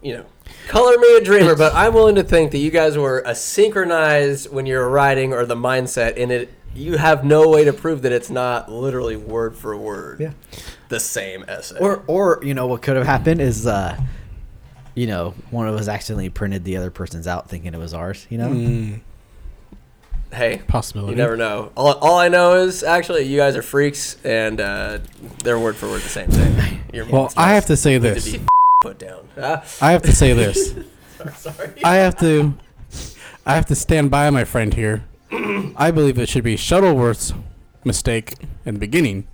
S1: you know, color me a dreamer, but I'm willing to think that you guys were a synchronized when you're writing or the mindset, and it you have no way to prove that it's not literally word for word.
S2: Yeah.
S1: The same essay.
S2: Or or you know what could have happened is uh, you know, one of us accidentally printed the other person's out, thinking it was ours. You know.
S1: Mm. hey,
S4: Possibility.
S1: you never know. All, all I know is actually you guys are freaks, and uh, they're word for word the same thing. You're
S4: Well, I have to say
S1: to
S4: this.
S1: be put down. Uh,
S4: I have to say this.
S1: sorry.
S4: I have to. I have to stand by my friend here. I believe it should be Shuttleworth's mistake in the beginning.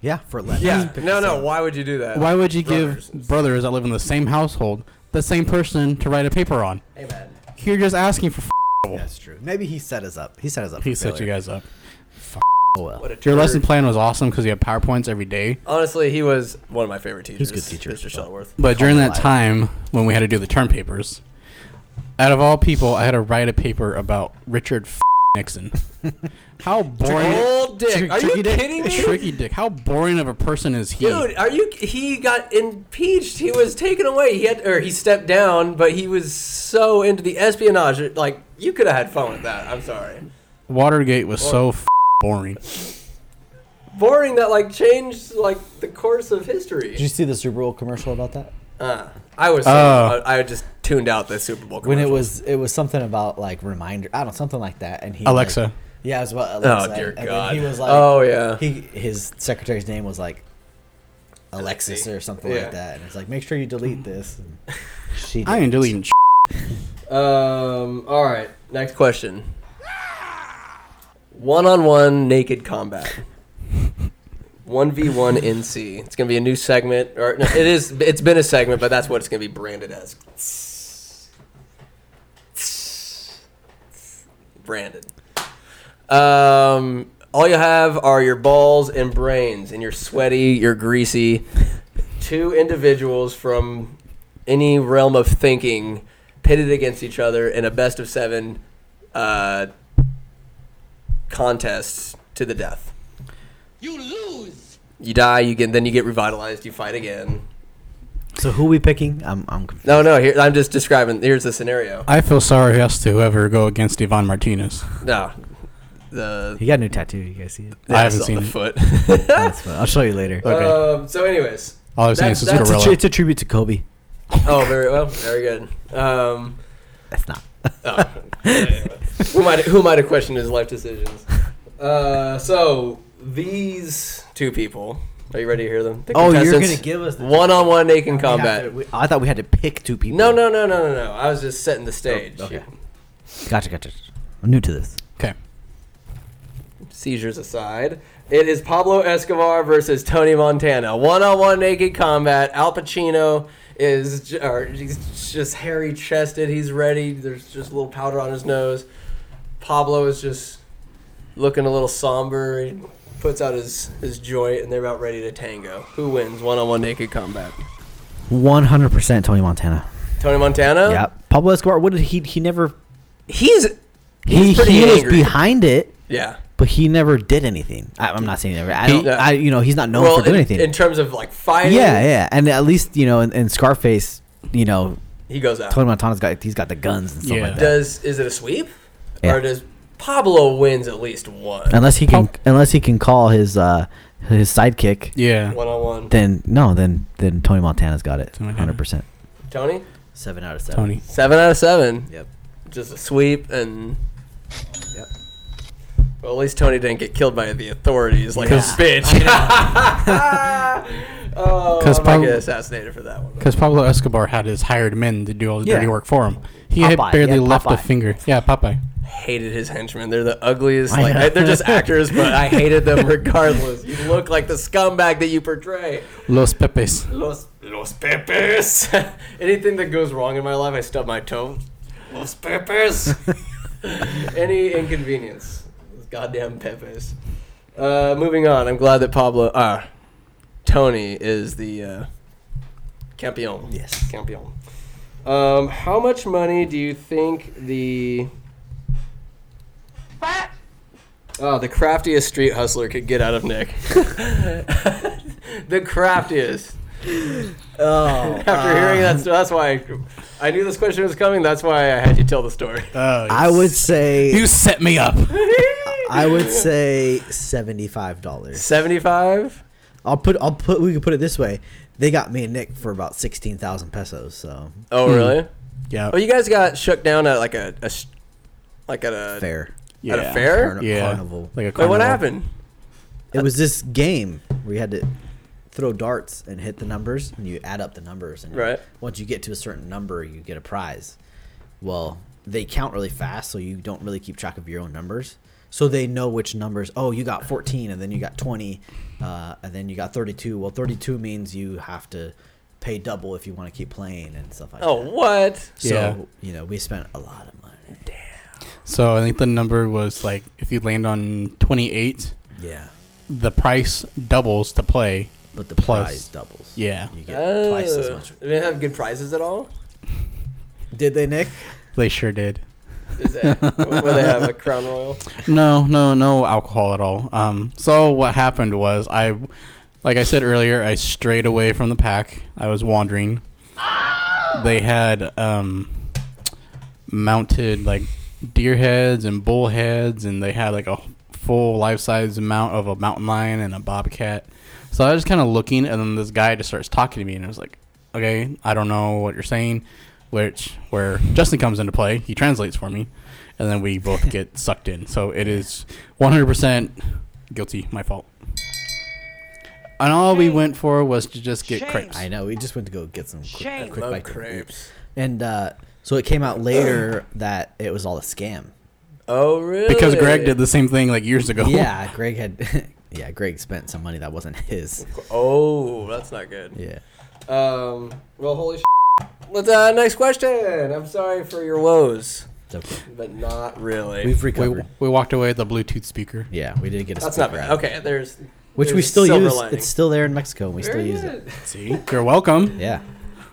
S2: Yeah. For letting us
S1: Yeah.
S2: pick
S1: No,
S2: the
S1: no.
S2: same-
S1: Why would you do that?
S4: Why would you give
S1: Brothers.
S4: brothers that live in the same household the same person to write a paper on?
S1: Hey, man.
S4: You're just asking for. F-
S2: That's true. Maybe he set us up. He set us up.
S4: he
S2: for
S4: set you
S2: failure.
S4: guys up.
S2: Oh, well.
S1: What a
S4: Your lesson
S1: turd.
S4: plan was awesome because you had powerpoints every day.
S1: Honestly, he was one of my favorite teachers.
S2: was a good teacher,
S1: Mr.
S2: but-
S1: Shuttleworth.
S4: But during
S2: Call it
S4: that
S2: live.
S4: time when we had to do the term papers, out of all people, I had to write a paper about Richard F- Nixon. How boring,
S1: Old dick. Are you
S4: Tricky Dick-
S1: kidding me?
S4: Tricky Dick. How boring of a person is he?
S1: Dude, are you? He got impeached. He was taken away. He had, or he stepped down, but he was so into the espionage. it- Like you could have had fun with that. I'm sorry.
S4: Watergate was so f- boring.
S1: Boring that like changed like the course of history.
S2: Did you see the Super Bowl commercial about that?
S1: Uh, I was. So,
S4: Oh.
S1: I, I just tuned out the Super Bowl.
S2: when it
S1: commercial.
S2: was it was something about like reminder I don't know, something like that and he
S4: Alexa.
S2: like- yeah it was about Alexa
S1: Oh dear
S2: and then
S1: God.
S2: he was like
S1: oh yeah.
S2: he his secretary's name was like Alexis or something
S1: Yeah.
S2: like that and it's like make sure you delete this and she
S4: I ain't
S2: did.
S4: deleting. sh-
S1: Um. All right. Next question. One-on-one naked combat. One v one NC. It's gonna be a new segment, or no, it is. It's been a segment, but that's what it's gonna be branded as. Branded. Um. All you have are your balls and brains, and you're sweaty, you're greasy. Two individuals from any realm of thinking pitted against each other in a best of seven uh, contest to the death. You lose. You die. You get then you get revitalized. You fight again.
S2: so who we picking I'm I'm confused.
S1: No, no. Here I'm just describing. Here's the scenario.
S4: I feel sorry has to whoever go against Ivan Martinez.
S1: No, the
S2: he got a new tattoo you guys see it
S4: I haven't
S1: on
S4: seen
S1: the
S4: it.
S1: foot.
S2: that's fun. I'll show you later
S4: Okay.
S1: Um, so, anyways,
S4: All I was saying
S1: That's-
S4: is it's
S1: that's
S2: it's, a,
S4: gorilla.
S2: tri- it's a tribute to Kobe
S1: oh, very well, very good. Um,
S2: that's not
S1: Oh. who might who might have questioned his life decisions? Uh, so these two people Are you ready to hear them? The
S8: Oh, you're
S1: contestants.
S8: gonna give us the-
S1: one-on-one naked combat.
S8: Yeah, we- I thought we had to pick two people.
S1: No, no, no, no, no, no. I was just setting the stage.
S8: Oh, okay. Gotcha, gotcha. I'm new to this.
S4: Okay.
S1: Seizures aside, it is Pablo Escobar versus Tony Montana. One-on-one naked combat. Al Pacino is j- or he's just hairy chested. He's ready. There's just a little powder on his nose. Pablo is just looking a little somber. He puts out his his joint, and they're about ready to tango. Who wins one-on-one naked combat?
S2: 100% Tony Montana.
S1: Tony Montana.
S2: Yeah. Pablo Escobar, what did he he never
S1: He's
S2: he,
S1: He's pretty
S2: he was
S1: angry.
S2: behind it,
S1: yeah.
S2: but he never did anything. I, I'm not saying never. I
S1: He-
S2: don't I you know, he's not known
S1: well,
S2: for doing
S1: in,
S2: anything.
S1: in terms of like fighting,
S2: yeah, yeah. And at least, you know, in, in Scarface, you know,
S1: he goes out.
S2: Tony Montana's got he's got the guns and stuff
S4: Yeah.
S2: like that.
S1: does is it a sweep
S2: Yeah.
S1: or does Pablo wins at least one
S2: Unless he can
S4: Oh.
S2: unless he can call his uh his sidekick,
S4: Yeah.
S1: one on one?
S2: then no, then then Tony Montana's got it.
S4: Tony Montana.
S2: 100%.
S1: Tony
S2: 7 out of 7.
S4: Tony.
S1: seven out of seven.
S2: Yep.
S1: Just a sweep and.
S2: Yep.
S1: Well, at least Tony didn't get killed by the authorities like a
S4: Because-
S1: bitch. oh, I
S4: Because
S1: might
S4: Pablo-
S1: get assassinated for that one.
S4: Because Pablo Escobar had his hired men to do all the
S2: Yeah.
S4: dirty work for him. He had
S2: Popeye,
S4: barely
S2: yeah,
S4: left a
S2: Popeye.
S4: finger. Yeah, Popeye.
S1: Hated his henchmen. They're the ugliest.
S2: I
S1: Like
S2: know.
S1: they're just actors, but I hated them regardless. You look like the scumbag that you portray.
S4: Los Pepes.
S1: Los Los Peppers. Anything that goes wrong in my life, I stub my toe. Los Peppers. Any inconvenience. Those goddamn Peppers. Uh, moving on. I'm glad that Pablo. Ah, Tony is the uh, campeon.
S2: Yes.
S1: Campeon. Um, how much money do you think the Oh, the craftiest street hustler could get out of Nick. the craftiest.
S2: Oh.
S1: After hearing that, sto- that's why I, I knew this question was coming. That's why I had you tell the story.
S4: Oh,
S2: I would say
S4: You set me up.
S2: I would say seventy-five dollars.
S1: Seventy-five.
S2: I'll put I'll put we could put it this way. They got me and Nick for about sixteen thousand pesos. So
S1: Oh, really?
S4: Yeah.
S1: Oh, you guys got shook down at like a, a sh- like at a
S2: fair.
S1: at a fair.
S2: Carni-
S4: Yeah.
S2: Carnival.
S4: Like uh, a
S1: Wait, what
S4: carnival.
S1: happened?
S2: It was this game where you had to throw darts and hit the numbers, and you add up the numbers. And
S1: Right.
S2: Once you get to a certain number, you get a prize. Well, they count really fast, so you don't really keep track of your own numbers. So they know which numbers. Oh, you got 14, and then you got 20, uh, and then you got 32. Well, 32 means you have to pay double if you want to keep playing and stuff like
S1: Oh,
S2: that.
S1: what?
S2: So
S4: Yeah.
S2: you know, we spent a lot of money.
S4: So I think the number was like if you land on 28,
S2: Yeah.
S4: the price doubles to play.
S2: But the
S4: Plus.
S2: prize doubles.
S4: Yeah.
S2: You get twice as
S1: Oh.
S2: much.
S1: They didn't have good prizes at all.
S2: Did they, Nick?
S4: They sure did.
S1: Is that, where they have a crown royal?
S4: No, no, no alcohol at all. Um, so what happened was I, like I said earlier, I strayed away from the pack. I was wandering. They had um, mounted like deer heads and bull heads, and they had like a full life size mount of a mountain lion and a bobcat. So I was just kind of looking, and then this guy just starts talking to me, and I was like, "Okay, I don't know what you're saying," which where Justin comes into play. He translates for me, and then we both get sucked in. So it is 100% guilty, my fault. And all we went for was to just get
S5: Shame.
S4: crepes.
S2: I know. We just went to go get some quick, a
S5: Shame.
S2: quick
S1: Love
S2: bite to eat.
S1: crepes.
S2: And uh, so it came out later that it was all a scam.
S1: Oh, really?
S4: Because Greg did the same thing like years
S1: Oh.
S4: ago.
S2: Yeah, Greg had. yeah, Greg spent some money that wasn't his.
S1: Oh, that's not good.
S2: Yeah.
S1: Um. Well, holy sh. Let's uh, next question. I'm sorry for your woes,
S2: It's okay.
S1: but not really.
S2: We've
S4: We,
S2: recovered.
S4: we walked away with the Bluetooth speaker.
S2: yeah, we did get a.
S1: that's not
S2: speaker
S1: bad.
S2: out of it,
S1: Okay, there's
S2: Which
S1: there's
S2: we
S1: a
S2: still
S1: silver
S2: use.
S1: lining.
S2: It's still there in Mexico. and We
S1: Very
S2: still use it.
S1: good.
S4: See? You're welcome.
S2: Yeah.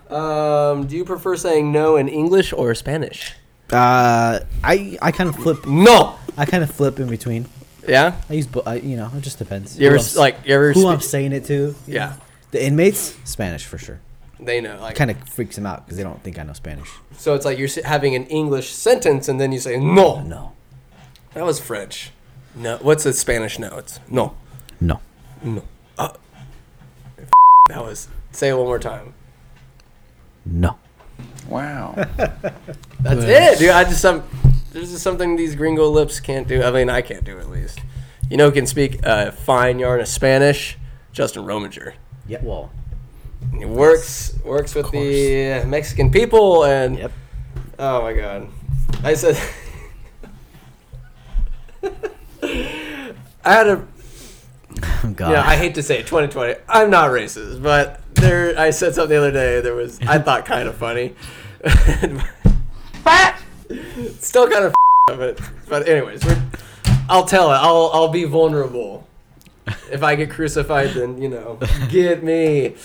S1: Um. Do you prefer saying no in English or Spanish?
S2: Uh, I I kind of flip.
S1: No.
S2: I kind of flip in between.
S1: Yeah.
S2: I use, bo- I, you know, it just depends.
S1: You ever
S2: Who
S1: s-
S2: I'm s-
S1: like you ever?
S2: who
S1: spe-
S2: I'm saying it to. you
S1: Yeah.
S2: know. The inmates, Spanish for sure.
S1: They know. Like
S2: Kind of freaks them out because they don't think I know Spanish.
S1: So it's like you're s- having an English sentence and then you say Oh, no.
S2: No.
S1: That was French. No. What's a Spanish no? It's no.
S2: No.
S1: No. Uh, that was. Say it one more time.
S2: No.
S9: Wow.
S1: That's
S4: But-
S1: it, dude. I just some there's just something these gringo uh, lips can't do. I mean, I can't do at least. You know, who can speak a fine yarn of Spanish. Justin Rominger.
S3: Yeah, well,
S1: He works works with the Mexican people and
S3: Yep.
S1: oh my god. I said I had a
S3: God.
S2: Ah.
S1: Yeah, I hate to say it, 2020. I'm not racist, but there. I said something the other day that was I thought kind of funny. Still kind of of it, but anyways, we're, I'll tell it. I'll I'll be vulnerable. If I get crucified, then you know, get me.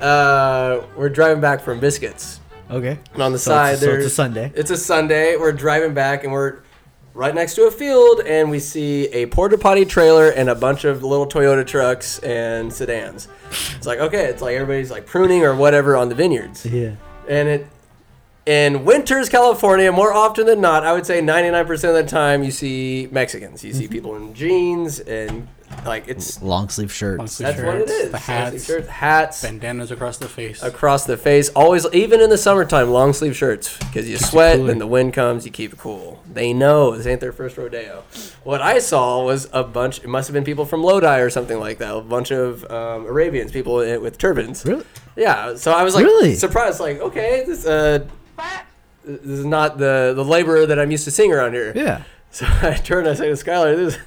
S1: Uh, we're driving back from biscuits,
S3: okay.
S1: and on the
S3: So
S1: side
S3: it's, a- so
S1: there's
S3: it's a Sunday.
S1: it's a Sunday. We're driving back and we're right next to a field and we see a porta potty trailer and a bunch of little Toyota trucks and sedans. It's like, okay, it's like everybody's like pruning or whatever on the vineyards.
S3: Yeah.
S1: And it in winters California, more often than not, I would say 99% of the time you see Mexicans. You
S4: Mm-hmm.
S1: see people in jeans and like it's
S3: Long sleeve shirts.
S4: Long sleeve
S1: that's what it
S4: shirts,
S1: is.
S4: The hats,
S1: shirts, hats
S4: bandanas across the face.
S1: across the face. Always, even in the summertime, long sleeve shirts because you sweat when the wind comes. You keep it cool. They know this ain't their first rodeo. What I saw was a bunch. It must have been people from Lodi or something like that. A bunch of um, Arabians, people in- with turbans.
S3: Really?
S1: Yeah. So I was like
S3: Really?
S1: surprised. Like, okay, this uh, this is not the the laborer that I'm used to seeing around here.
S3: Yeah.
S1: So I turned. I said to Skylar, "This is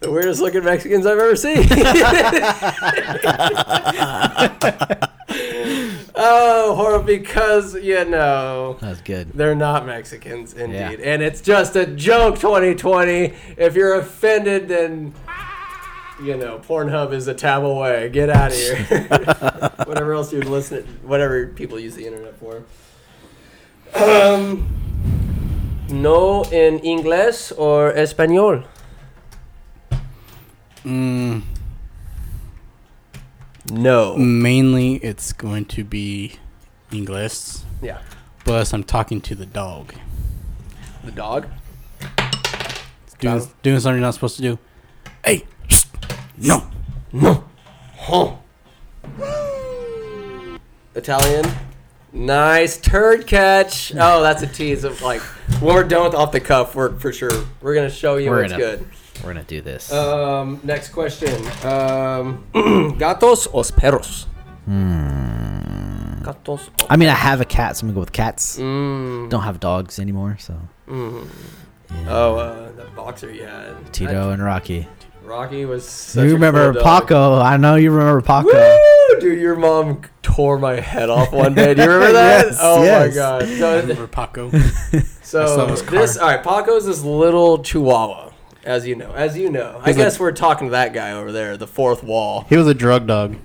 S1: the weirdest looking Mexicans I've ever seen." oh, horrible! Because you know
S3: That's good.
S1: they're not Mexicans, indeed, and it's just a joke. 2020. If you're offended, then you know Pornhub is a tab away. Get out of here. whatever else you listen, whatever people use the internet for. Um. No in inglés or español.
S4: Mm,
S1: No.
S4: mainly, it's going to be English.
S1: Yeah.
S4: Plus, I'm talking to the dog.
S1: The dog.
S4: Doing,
S1: Dog.
S4: doing something you're not supposed to do. Hey, shh, no.
S1: No. Huh. Italian. Nice turd catch. Oh, that's a tease of like when we're done with off the cuff, we're for sure we're gonna show you
S3: We're
S1: what's
S3: gonna-
S1: good.
S3: We're gonna do this.
S1: Um, next question. Um, gatos o perros.
S3: Hmm.
S1: Gatos. o-
S3: I mean, I have a cat, so I'm gonna go with cats.
S1: Mm.
S3: Don't have dogs anymore, so
S1: Oh, uh, that boxer you had.
S3: Tito and Rocky.
S1: Rocky was. Such
S3: You
S1: a
S3: remember
S1: cool dog.
S3: Paco? I know you remember Paco.
S1: Woo! Dude, your mom tore my head off one day. Do you remember that?
S3: Yes,
S1: oh
S3: yes.
S1: my god. So,
S4: Remember Paco? saw
S1: so
S4: his car.
S1: this all right, Paco's this little chihuahua, as you know. As you know. I guess we're talking to that guy over there, the fourth wall.
S4: he was a drug dog.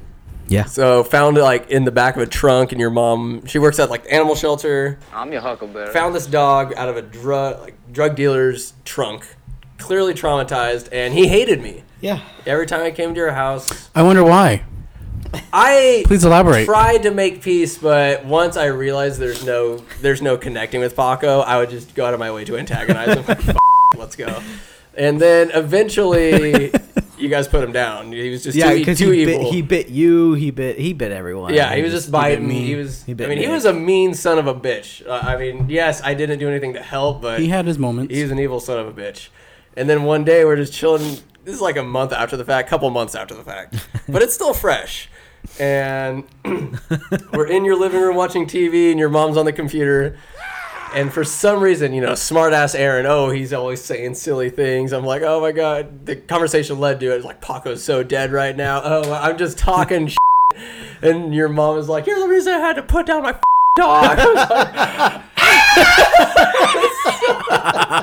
S3: Yeah.
S1: So found it like in the back of a trunk and your mom she works at like the animal shelter.
S5: I'm your huckleberry.
S1: Found this dog out of a drug like drug dealer's trunk. Clearly traumatized and he hated me.
S3: Yeah.
S1: Every time I came to your house,
S4: I wonder why.
S1: I
S4: Please elaborate.
S1: tried to make peace, but once I realized there's no there's no connecting with Paco, I would just go out of my way to antagonize him. Like, "F- let's go. And then eventually, you guys put him down. He was just
S3: Yeah,
S1: too, e-
S3: because
S1: too
S3: he bit,
S1: evil.
S3: he bit you. He bit he bit everyone.
S1: yeah, he was just biting me. He was.
S3: He
S1: I
S3: bit
S1: mean, he
S3: me.
S1: was a mean son of a bitch. Uh, I mean, yes, I didn't do anything to help, but
S4: He had his moments.
S1: He's an evil son of a bitch. And then one day we're just chilling. This is like a month after the fact, couple months after the fact, but it's still fresh. And we're in your living room watching TV, and your mom's on the computer. And for some reason, you know, smart ass Aaron, oh, he's always saying silly things. I'm like, oh my God. The conversation led to it. It's like, Paco's so dead right now. Oh, I'm just talking shit. And your mom is like, you're the reason I had to put down my dog. I was like,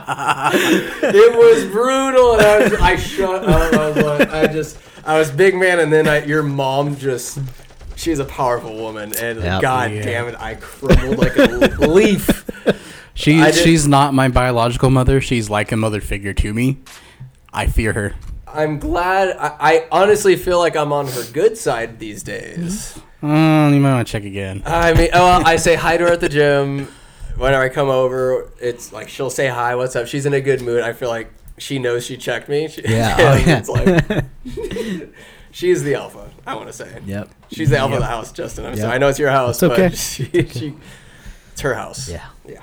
S1: it was brutal, and I, was, I shut up. I was like, I just, I was big man, and then I, your mom just, she's a powerful woman, and
S3: Yep.
S1: god
S4: Yeah.
S1: damn it, I crumbled like a leaf.
S4: She
S1: I did-
S4: she's not my biological mother. She's like a mother figure to me. I fear her.
S1: I'm glad. I, I honestly feel like I'm on her good side these days.
S4: Mm, you might want to check again.
S1: I mean, oh, well, I say hi to her at the gym. Whenever I come over, it's like she'll say hi, what's up. She's in a good mood. I feel like she knows she checked me. She,
S3: Yeah, oh, yeah.
S1: it's like she's the alpha. I want to say.
S3: Yep.
S1: She's the alpha of the house, Justin. I'm sorry. I know it's your
S3: It's
S1: house,
S3: okay.
S1: but she, she, it's her house.
S3: Yeah.
S1: Yeah.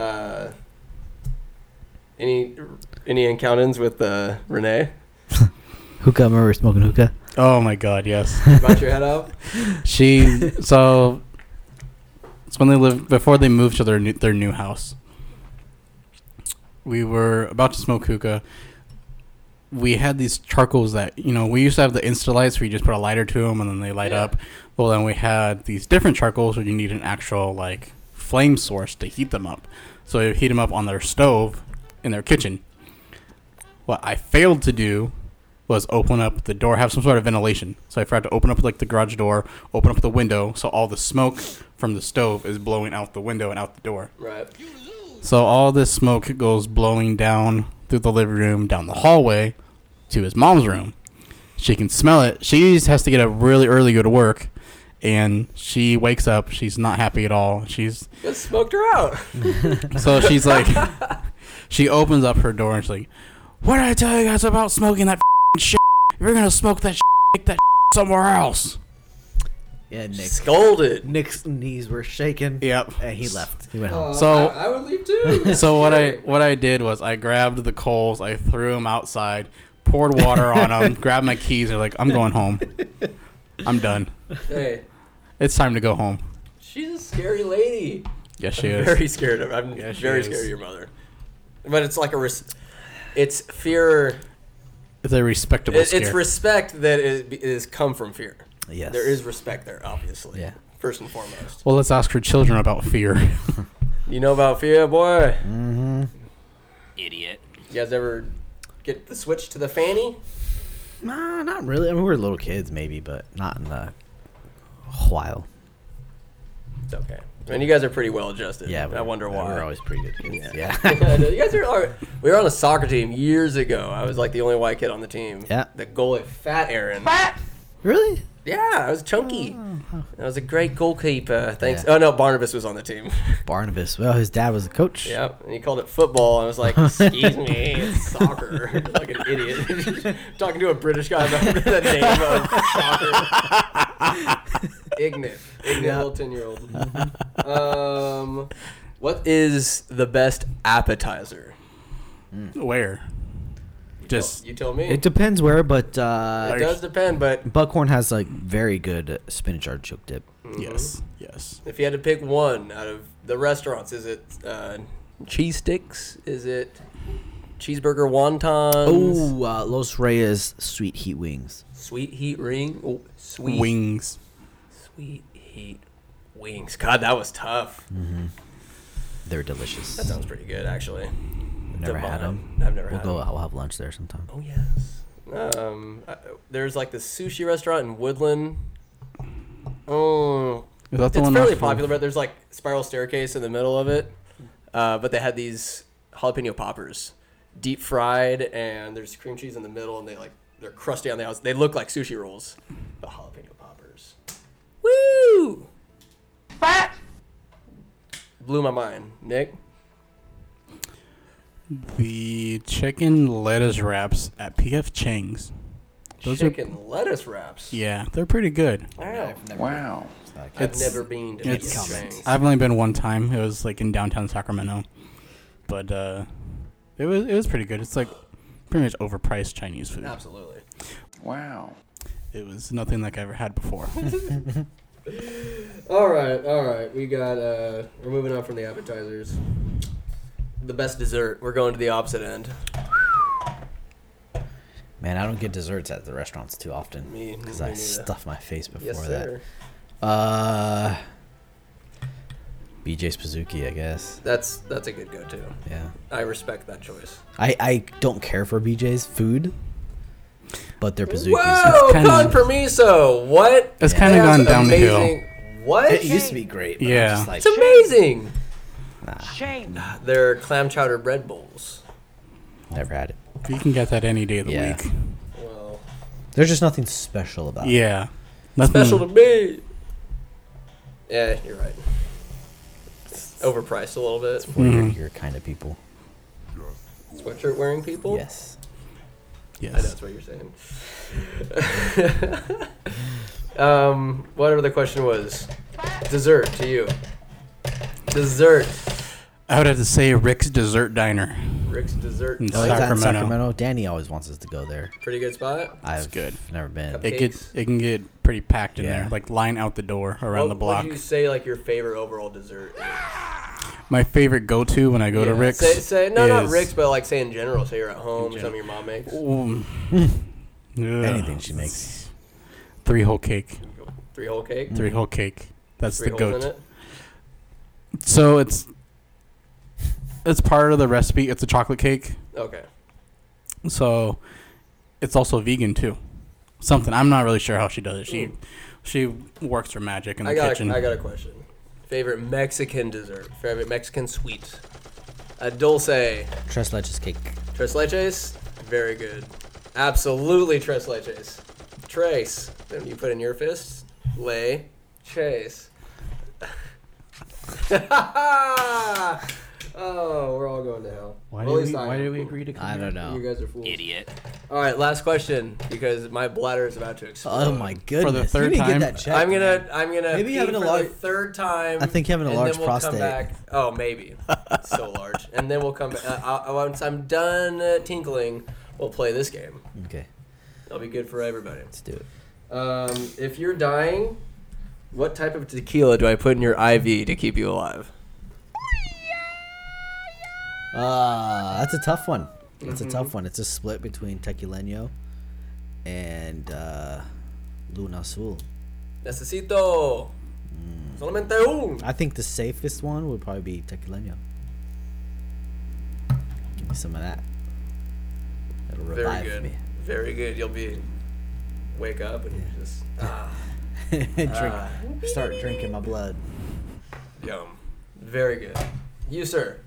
S1: Uh, any any encounters with uh, Renee?
S2: Hookah. Remember we were smoking hookah?
S4: Oh my god, yes.
S1: Bought your head off.
S4: She so it's when they live before they moved to their new, their new house. We were about to smoke hookah. We had these charcoals that you know we used to have the insta lights where you just put a lighter to them and then they light
S1: Yeah.
S4: up. Well, then we had these different charcoals where you need an actual like flame source to heat them up. So we would heat them up on their stove in their kitchen. What I failed to do was open up the door, have some sort of ventilation. So I forgot to open up like the garage door, open up the window, so all the smoke from the stove is blowing out the window and out the door.
S1: Right.
S4: So all this smoke goes blowing down through the living room, down the hallway, to his mom's room. She can smell it. She just has to get up really early, to go to work, and she wakes up. She's not happy at all. She's
S1: Just smoked her out.
S4: so she's like, she opens up her door and she's like, "What did I tell you guys about smoking that shit? If you're gonna smoke that shit, take that somewhere else."
S3: Yeah, Nick.
S1: Scolded.
S3: Nick's knees were shaking.
S4: Yep.
S3: And he left. He went home.
S1: Uh,
S4: So-
S1: I, I would leave too.
S4: So what I what I did was I grabbed the coals, I threw them outside, poured water on them, grabbed my keys, and like, "I'm going home. I'm done.
S1: hey,
S4: It's time to go home."
S1: she's a scary lady.
S4: Yes, she is.
S1: Very scared of. I'm
S4: Yeah, she
S1: very
S4: is.
S1: scared of your mother. But it's like a, res- it's fear.
S4: It's a respectable
S1: It,
S4: scare.
S1: it's respect that is, is come from fear.
S3: Yes.
S1: Uh, There is respect there, obviously.
S3: Yeah.
S1: First and foremost.
S4: well, let's ask her children about fear.
S1: You know about fear, boy.
S4: Mm-hmm.
S5: Idiot.
S1: You guys ever get the switch to the fanny?
S3: Nah, not really. I mean, we were little kids, maybe, but not in the while.
S1: It's okay. And you guys are pretty well adjusted.
S3: Yeah. we-
S1: I wonder why.
S3: We were always pretty good kids. Yeah.
S1: I know. you guys are. are- We were on a soccer team years ago. I was like the only white kid on the team.
S3: Yeah.
S1: The goalie, Fat Aaron.
S3: really?
S1: Yeah, I was chunky. I was a great goalkeeper. Thanks.
S3: Yeah.
S1: Oh no, Barnabas was on the team.
S3: Barnabas. Well, his dad was a coach.
S1: yep. And he called it football. And I was like, "Excuse me, it's soccer." like an idiot talking to a British guy about the name of soccer. Ignorant, ignorant little ten-year-old. Um, what is the best appetizer?
S4: Where? Just
S1: You tell me.
S3: It depends where, but
S1: It
S3: uh,
S1: does depend, but
S3: Buckhorn has like very good spinach artichoke dip.
S4: yes, yes.
S1: if you had to pick one out of the restaurants, is it uh, cheese sticks? Is it cheeseburger wontons?
S3: Oh, uh, Los Reyes sweet heat wings.
S1: Sweet heat ring? Oh, sweet
S4: Wings.
S1: Sweet heat wings. God, that was tough.
S3: Mm. They're delicious.
S1: That sounds pretty good, actually.
S3: I've never had them.
S1: Divine. I've never
S3: We'll
S1: had
S3: go.
S1: 'em.
S3: out. We'll have lunch there sometime.
S1: Oh yes. Um, I, there's like this sushi restaurant in Woodland. Oh,
S4: Is that the
S1: it's
S4: one
S1: fairly
S4: off of-
S1: popular, but there's like spiral staircase in the middle of it. Uh, but they had these jalapeno poppers, deep fried, and there's cream cheese in the middle, and they like they're crusty on the outside. They look like sushi rolls, but jalapeno poppers. Woo! Blew my mind, Nick.
S4: The chicken lettuce wraps at PF Chang's. Those are-
S1: Chicken lettuce wraps.
S4: Yeah, they're pretty good.
S1: Wow.
S5: Wow.
S1: I've
S4: It's-
S1: never been to
S4: it's-
S1: Mickey's
S4: comments.
S1: Wings.
S4: I've only been one time. It was like in downtown Sacramento, but uh, it was it was pretty good. It's like pretty much overpriced Chinese food.
S1: Absolutely.
S5: Wow.
S4: It was nothing like I ever had before.
S1: All right, all right. We got. uh We're moving on from the appetizers. The best dessert. We're going to the opposite end.
S3: Man, I don't get desserts at the restaurants too often
S1: Me-
S3: because
S1: me
S3: I
S1: neither.
S3: stuff my face before
S1: Yes,
S3: that.
S1: sir.
S3: Uh, BJ Spazuki, I guess.
S1: That's that's a good go-to.
S3: Yeah,
S1: I respect that choice.
S3: I I don't care for BJ's food, but their Pazookies.
S1: Whoa,
S4: kinda-
S1: Con Permiso. What?
S4: It's kinda
S1: That's
S4: gone down the hill.
S1: What?
S3: It used to be great. But
S4: Yeah.
S3: I'm just like,
S1: It's amazing. Shame. They're clam chowder bread bowls.
S3: never had it.
S4: you can get that any day of the
S3: Yeah.
S4: week.
S1: Well,
S3: There's just nothing special about it.
S4: Yeah, nothing.
S1: special to me. Yeah, you're right. Overpriced a little bit.
S3: for your,
S4: Mm-hmm.
S3: your kind of people.
S1: Sweatshirt wearing people.
S3: Yes.
S1: I know
S4: Yes.
S1: that's what you're saying. um, whatever the question was, dessert to you. Dessert.
S4: I would have to say Rick's Dessert Diner.
S1: Rick's Dessert.
S4: In
S3: Oh, it's out in
S4: Sacramento.
S3: Sacramento. Danny always wants us to go there.
S1: Pretty good spot.
S3: I've
S4: good.
S3: never been.
S1: Okay.
S4: It gets it can get pretty packed in
S3: Yeah.
S4: there, like line out the door around
S1: what
S4: the block.
S1: would you say like your favorite overall dessert? Is?
S4: My favorite go to when I go to
S1: Yeah.
S4: Rick's.
S1: Say, say no, not
S4: is-
S1: Rick's, but like say in general. Say you're at home, something your mom makes.
S4: Mm. Ugh.
S3: Anything she makes.
S4: Three whole cake.
S1: Three whole cake,
S4: Three whole cake. That's
S1: Mm-hmm. three
S4: the
S1: holes
S4: go
S1: in
S4: to.
S1: it.
S4: So it's it's part of the recipe. It's a chocolate cake.
S1: Okay,
S4: So it's also vegan too. Something I'm not really sure how she does it. She she works her magic in the
S1: Mm. I got
S4: kitchen.
S1: a, I got a question. Favorite Mexican dessert? Favorite Mexican sweet? A dulce,
S3: Tres leches cake.
S1: tres leches. Very good. Absolutely tres leches. Trace. Then you put in your fist. Lay. Chase. oh, we're all going to hell. Well, at least I am.
S4: agree to?
S3: I don't know.
S1: You guys are fools.
S5: Idiot.
S1: All right, last question because my bladder is about to explode.
S3: Oh my goodness!
S4: third
S3: you didn't
S4: time,
S3: get that checked.
S1: I'm gonna, I'm gonna.
S3: Maybe
S1: pee
S3: having a
S1: for
S3: large-
S1: the third time.
S3: I think having a
S1: and
S3: large
S1: then we'll
S3: prostate.
S1: Come back. Oh, maybe. so large, and then we'll come. back. Uh, I, once I'm done uh, tinkling, we'll play this game.
S3: Okay,
S1: It'll be good for everybody.
S3: let's do it.
S1: Um, if you're dying, what type of tequila do I put in your IV to keep you alive?
S3: Uh, that's a tough one. That's
S1: Mm-hmm.
S3: a tough one. It's a split between Tequileno and uh, Luna Azul.
S1: Necesito
S3: Hmm.
S1: solamente un.
S3: I think the safest one would probably be Tequileno. Give me some of that. That'll
S1: Very
S3: revive
S1: good.
S3: me.
S1: Very good. You'll be wake up and you just ah,
S3: Drink,
S10: Uh,
S1: Ah.
S3: start drinking my blood.
S1: yum. Very good. You sir.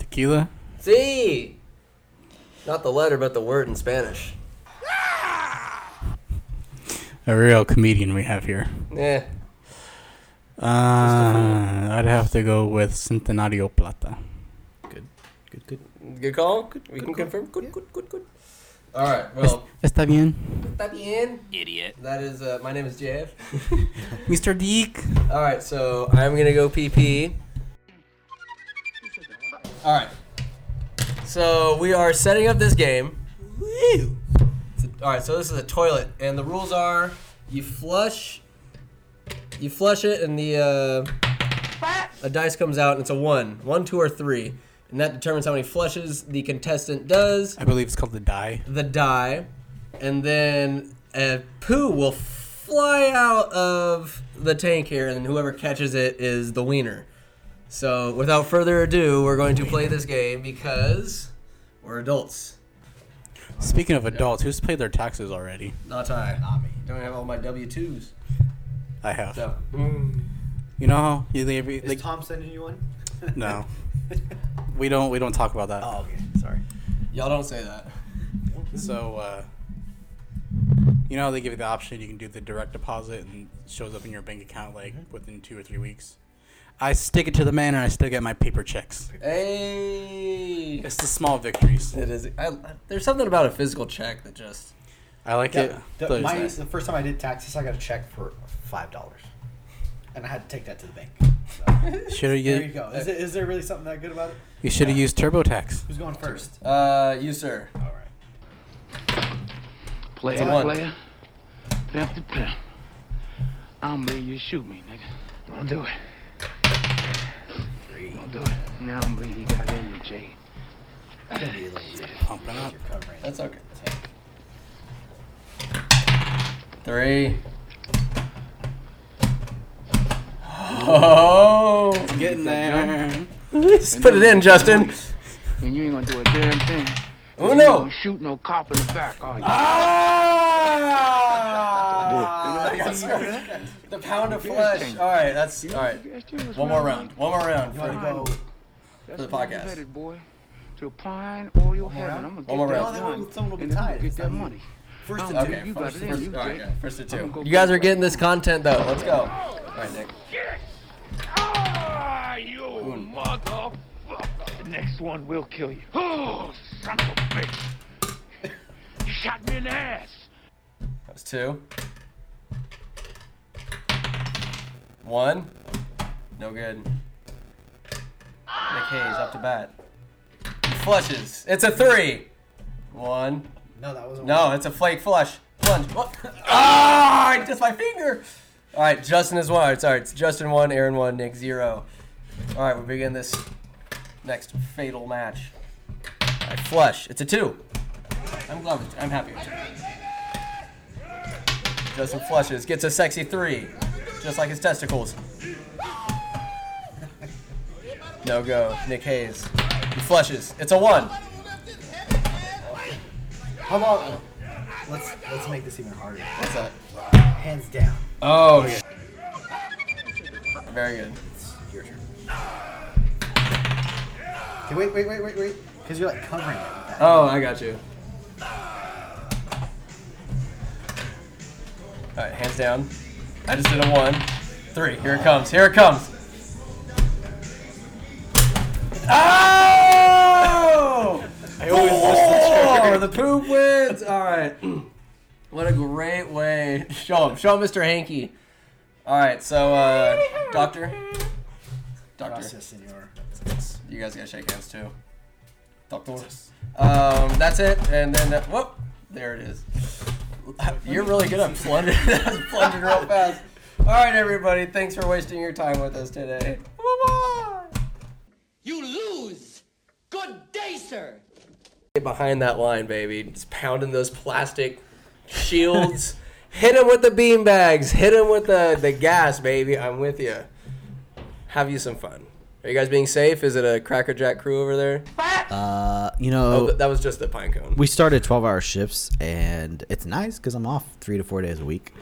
S4: Tequila.
S1: See. Not the letter, but the word in Spanish.
S4: A real comedian we have here.
S1: Yeah.
S4: Uh, I'd have to go with Centenario Plata.
S3: Good, good.
S1: Good call. we can confirm. Good, good, good, good. All right. Well,
S4: Está bien,
S1: está bien.
S5: Idiot.
S1: That is. Uh, my name is JF.
S4: Mr. Deek.
S1: All right. So I'm gonna go PP. All right. So we are setting up this game. Woo! It's a- All right. So this is a toilet, and the rules are: you flush, you flush it, and the uh, a dice comes out, and it's a one, one, two, or three, and that determines how many flushes the contestant does
S4: I believe it's called the die.
S1: the die, and then a poo will fly out of the tank here, and whoever catches it is the wiener. So, without further ado, we're going to play this game because we're adults.
S4: Speaking of adults, who's paid their taxes already?
S1: Not I. Not me. Don't have all my W twos.
S4: I have.
S1: So, Mm.
S4: You know how you leave, like
S2: Tom sending you one?
S4: no. we don't we don't talk about
S10: Oh.
S4: that.
S2: okay. Sorry.
S1: y'all don't say that.
S4: So uh, you know how they give you the option you can do the direct deposit and it shows up in your bank account like
S10: Mm-hmm.
S4: within two or three weeks. I stick it to the man and I still get my paper checks.
S1: Hey.
S4: It's the small victories.
S1: It is. I, there's something about a physical check that just.
S4: I like it.
S10: The,
S4: Those-
S10: my, the first time I did taxes, I got a check for five dollars, and I had to take that to the bank. So,
S4: Should have
S10: there you
S4: you,
S10: go. Is, it, is there really something that good about it?
S4: you should have used TurboTax.
S10: Who's going first?
S1: Uh, you sir.
S10: All right.
S5: Play
S1: It's a one.
S5: player. Pimp the pimp. I'm gonna you shoot me, nigga. Don't do it. Don't do it. Now I'm gonna you got in with Jay.
S4: Pumping up.
S1: That's okay. Three. Oh!
S4: Getting there.
S1: Put it in, Justin.
S5: And you ain't gonna do a damn thing.
S1: Oh
S5: You ain't
S1: no!
S5: gonna shoot no cop in the back, are you?
S1: Ah. Ah. The pound of flesh. All right, that's all right. One more round. One more round. For,
S5: That's
S1: the
S5: where you
S1: podcast.
S5: headed, boy. To applying or your heaven. I'm gonna get
S1: more
S5: that
S1: round.
S5: money,
S10: Someone will be
S5: and then
S10: tied.
S5: Get
S10: It's
S5: that
S10: not
S5: money.
S10: First and two.
S1: okay,
S5: You got
S1: first,
S5: it in,
S1: first,
S5: you
S1: all right,
S5: Jay.
S1: yeah, first to
S5: I'm
S1: two.
S5: gonna go
S1: You guys
S5: back
S1: are
S5: to
S1: getting this content though. Let's go. All right, Nick.
S5: Ah, you motherfucker. The next one will kill you. Oh, son of a bitch. You shot me in the ass.
S1: That was two. One. No good. Nick Hayes up to bat. You flushes. It's a three. One.
S11: No, that wasn't.
S1: No, it's a flake flush. Plunge. What? Ah! I just my finger. All right, Justin is one. Sorry, it's Justin one, Aaron one, Nick zero. All right, we begin this next fatal match. All right, flush. It's a two. I'm glad. With, I'm happy. With two. Justin flushes. Gets a sexy three, just like his testicles. No go. Nick Hayes. He flushes. It's a one.
S11: How about let's let's make this even harder.
S1: What's that?
S11: Hands down.
S1: Oh. yeah. Very good.
S11: It's your turn. Okay, wait, wait, wait, wait, wait. Because you're like covering it with that.
S1: Oh, I got you. All right, hands down. I just did a one, three. Here it comes. Here it comes. Oh! I always oh, the poop wins. All right. What a great way. Show him. Show Mr. Hanky. All right. So, uh, doctor. Doctor.
S11: Gracias, senor.
S1: You guys gotta shake hands too. Doctor. Um, that's it, and then that, whoop, there it is. You're really good at plunging. that was plunging real fast. All right, everybody, thanks for wasting your time with us today. Bye-bye.
S12: You lose. Good day, sir.
S1: Get behind that line, baby. Just pounding those plastic shields. hit him with the bean bags. Hit him with the, the gas, baby. I'm with you. Have you some fun. Are you guys being safe? Is it a Cracker Jack crew over there?
S2: Uh,
S1: Oh,
S2: you know,
S1: th- that was just the pine cone.
S2: we started 12 hour shifts, and it's nice because I'm off three to four days a week.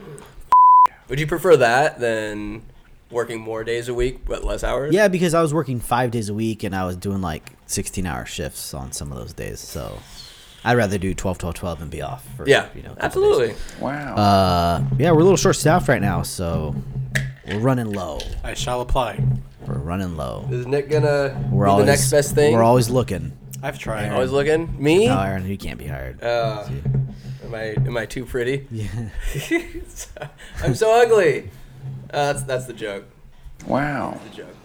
S1: Would you prefer that than working more days a week but less hours?
S2: Yeah, because I was working five days a week and I was doing like 16 hour shifts on some of those days. So I'd rather do 12, 12, 12 and be off. For,
S1: Yeah,
S2: you know, a couple
S1: absolutely.
S2: Uh, yeah, we're a little short staffed right now, so we're running low.
S4: I shall apply.
S2: We're running low.
S1: Is Nick gonna
S2: We're
S1: be
S2: always
S1: the next best thing?
S2: We're always looking.
S4: I've tried.
S1: always looking. Me?
S2: No, Aaron, you can't be hired.
S1: Uh, am I am I too pretty? Yeah. I'm so ugly. Uh, that's that's the joke. Wow. The joke.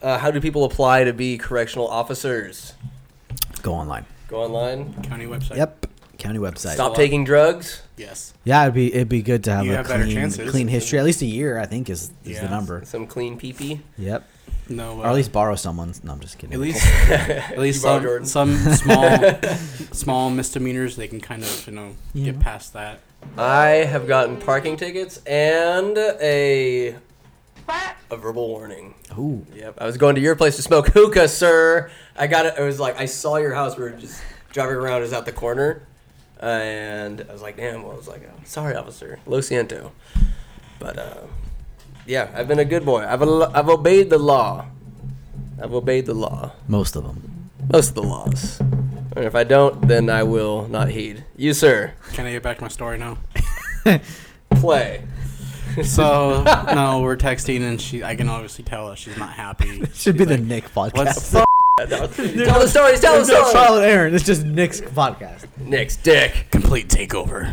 S1: Uh, how do people apply to be correctional officers?
S2: Go online.
S1: Go online.
S4: County website.
S2: Yep. County website.
S1: Stop taking drugs.
S4: Yes.
S2: Yeah, it'd be it'd be good to have
S4: You
S2: a
S4: have better
S2: clean,
S4: chances.
S2: clean history. At least a year, I think, is, is
S4: Yeah.
S2: the number.
S1: Some clean pee pee.
S2: Yep.
S4: No. Uh,
S2: Or at least borrow someone's. No, I'm just kidding.
S4: At least, at least
S1: You borrow
S4: some,
S1: Jordan.
S4: some small, small misdemeanors they can kind of you know get past that.
S1: I have gotten parking tickets and a a verbal warning.
S2: Ooh.
S1: Yep. I was going to your place to smoke hookah, sir. I got it. It was like I saw your house. We were just driving around. It was out the corner, and I was like, "Damn!" Well, I was like, oh, "Sorry, officer. Lo siento." But uh, yeah, I've been a good boy. I've al- I've obeyed the law. I've obeyed the law.
S2: Most of them.
S1: Most of the laws. And if I don't, then I will not heed. You, sir,
S4: Can I get back to my story now?
S1: play.
S4: So no, we're texting and she. I can obviously tell that she's not happy.
S2: Should be the Nick podcast.
S4: What's
S1: tell the stories. Tell the
S2: There's no
S1: stories.
S2: trial and error. It's just Nick's podcast.
S1: Nick's dick.
S4: complete takeover?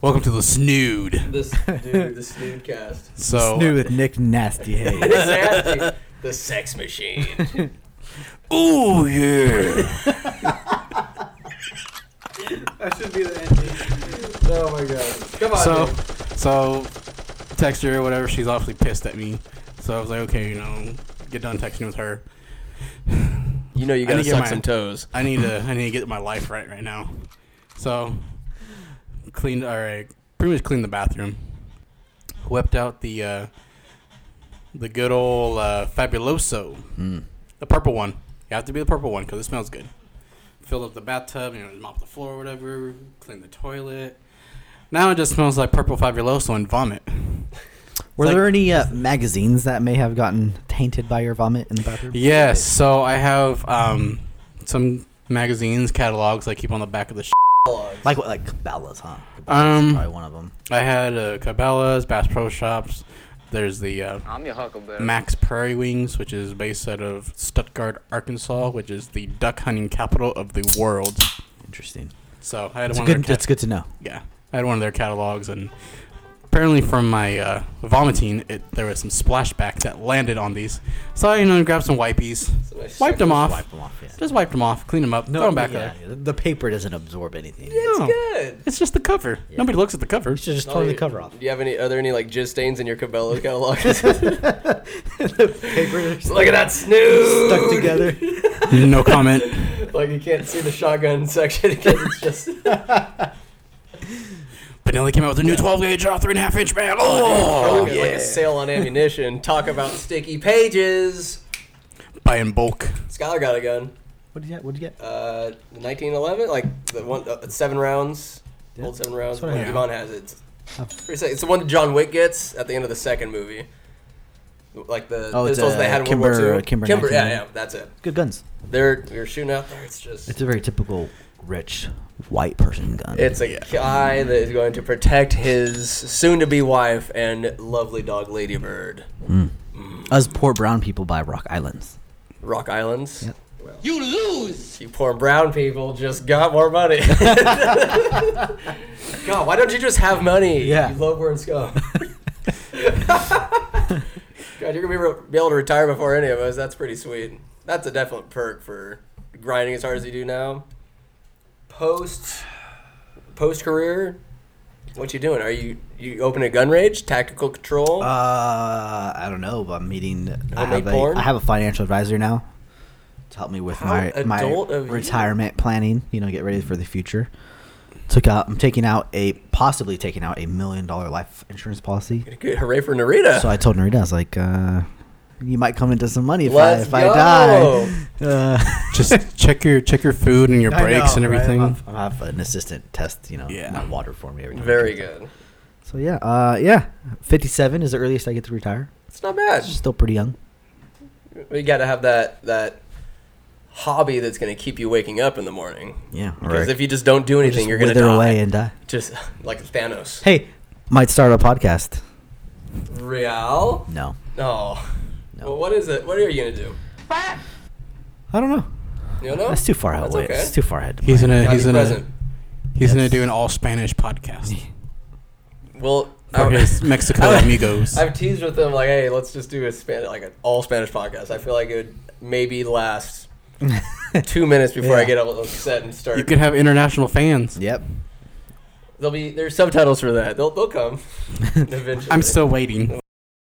S4: Welcome to the snood.
S1: this dude. This dude cast.
S4: So
S2: New with Nick Nasty Hayes.
S1: the sex machine.
S4: ooh yeah.
S11: That should be the ending.
S1: Oh my god. Come on.
S4: so so text her or whatever. She's awfully pissed at me. So I was like, okay, you know, get done texting with her.
S1: You know you gotta
S4: need to get
S1: suck
S4: my-
S1: some toes.
S4: I need to I need to get my life right right now. So cleaned all right, pretty much cleaned the bathroom. Whipped out the uh, the good old uh, Fabuloso, the purple one. You have to be the purple one because it smells good. Filled up the bathtub, you know, mop the floor or whatever, clean the toilet. Now it just smells like purple Fabuloso and vomit.
S2: Were
S4: Like-
S2: there any uh, magazines that may have gotten tainted by your vomit in the bathroom?
S4: Yes, so I have um, some magazines catalogs I keep on the back of the. Sh-
S2: Like what? Like Cabela's, huh? Cabela's
S4: Um,
S2: probably one of them.
S4: I had uh, Cabela's, Bass Pro Shops. There's the uh,
S12: I'm your huckleberry.
S4: Max Prairie Wings, which is based out of Stuttgart, Arkansas, which is the duck hunting capital of the world.
S2: Interesting.
S4: So I had
S2: It's
S4: one of their
S2: good.
S4: cat-
S2: It's good to know.
S4: yeah, I had one of their catalogs, and apparently from my uh, vomiting, it, there was some splashback that landed on these. So I, you know, grabbed some wipies,
S1: nice
S4: wiped them off,
S2: Wipe them off. Yeah.
S4: just wiped them off, cleaned them up, throw them back
S2: yeah,
S4: there.
S2: yeah, The paper doesn't absorb anything.
S1: It's
S4: No.
S1: good. Oh,
S4: It's just the cover. Nobody looks at the cover.
S2: Should just tore the cover off.
S1: Do you have any? Are there any like jizz stains in your Cabela's catalog? Look at that snoo.
S2: Stuck together.
S4: no comment.
S1: Like you can't see the shotgun section because it's just.
S4: Benelli came out with a new 12 gauge, oh, three and a half inch man. Oh,
S1: Like a sale on ammunition. Talk about sticky pages.
S4: buy in bulk.
S1: Skylar got a gun.
S2: What did you get? What did you get?
S1: Uh, 1911, like the one uh, seven rounds, old seven rounds.
S2: what I Oh.
S1: One Devon
S4: had.
S1: has it. It's, pretty sick. it's the one John Wick gets at the end of the second movie. Like the
S2: Oh, it's,
S1: pistols they
S2: uh,
S1: had in World
S2: Kimber-
S1: War II.
S2: Kimber
S1: yeah,
S2: 1911.
S1: yeah, that's it.
S2: Good guns.
S1: They're you're shooting out there. It's just
S2: It's a very typical rich white person gun.
S1: It's a guy that is going to protect his soon-to-be wife and lovely dog Ladybird.
S2: us poor brown people buy rock islands.
S1: Rock Islands.
S13: You lose.
S1: You poor brown people just got more money. God, why don't you just have money?
S2: Yeah.
S1: You low born scum. God, you're gonna be, re- be able to retire before any of us. That's pretty sweet. That's a definite perk for grinding as hard as you do now. Post, post career, what you doing? Are you you open a gun range, tactical control?
S2: Uh, I don't know. But I'm meeting. I
S1: Homemade
S2: have, a,
S1: porn?
S2: I have a financial advisor now to help me with
S1: How
S2: my my
S1: adult of you.
S2: retirement planning. You know, get ready for the future. Took out. I'm taking out a possibly taking out a million dollar life insurance policy.
S1: Good, hooray for Narita!
S2: So I told Narita, I was like, uh, "You might come into some money if I
S1: Let's
S2: if I die."
S1: go.
S2: Uh,
S4: Just check your check your food and your
S2: I
S4: breaks
S2: know,
S4: and
S2: right?
S4: everything.
S2: I'm- I have an assistant test, you know,
S4: Yeah.
S2: my water for me every time. I
S1: Very
S2: come.
S1: good.
S2: So yeah, uh, yeah, 57 is the earliest I get to retire.
S1: It's not bad.
S2: Still pretty young.
S1: You got to have that that hobby that's going to keep you waking up in the morning.
S2: Yeah,
S1: Because if you just don't do anything, you're going to
S2: wither
S1: die.
S2: away and die.
S1: Just like Thanos.
S2: Hey, might start a podcast.
S1: Real?
S2: No,
S1: No. Well, what is it? What are you going to do?
S2: I don't know.
S1: You don't know?
S2: That's too far
S1: That's
S2: away.
S1: okay.
S2: It's too far ahead. to
S4: He's
S2: plan.
S4: gonna
S1: Gotta
S4: he's
S1: be
S4: gonna
S1: present.
S4: he's gonna do an all Spanish podcast
S1: Well,
S4: for
S1: I-
S4: his Mexico
S1: Oh. I-
S4: amigos.
S1: I've teased with them like, hey, let's just do a span like an all Spanish podcast. I feel like it would maybe last two minutes before I
S2: Yeah.
S1: get all upset and start.
S4: You could have international fans.
S2: Yep.
S1: There'll be there's subtitles for that. They'll they'll come eventually.
S4: I'm still waiting.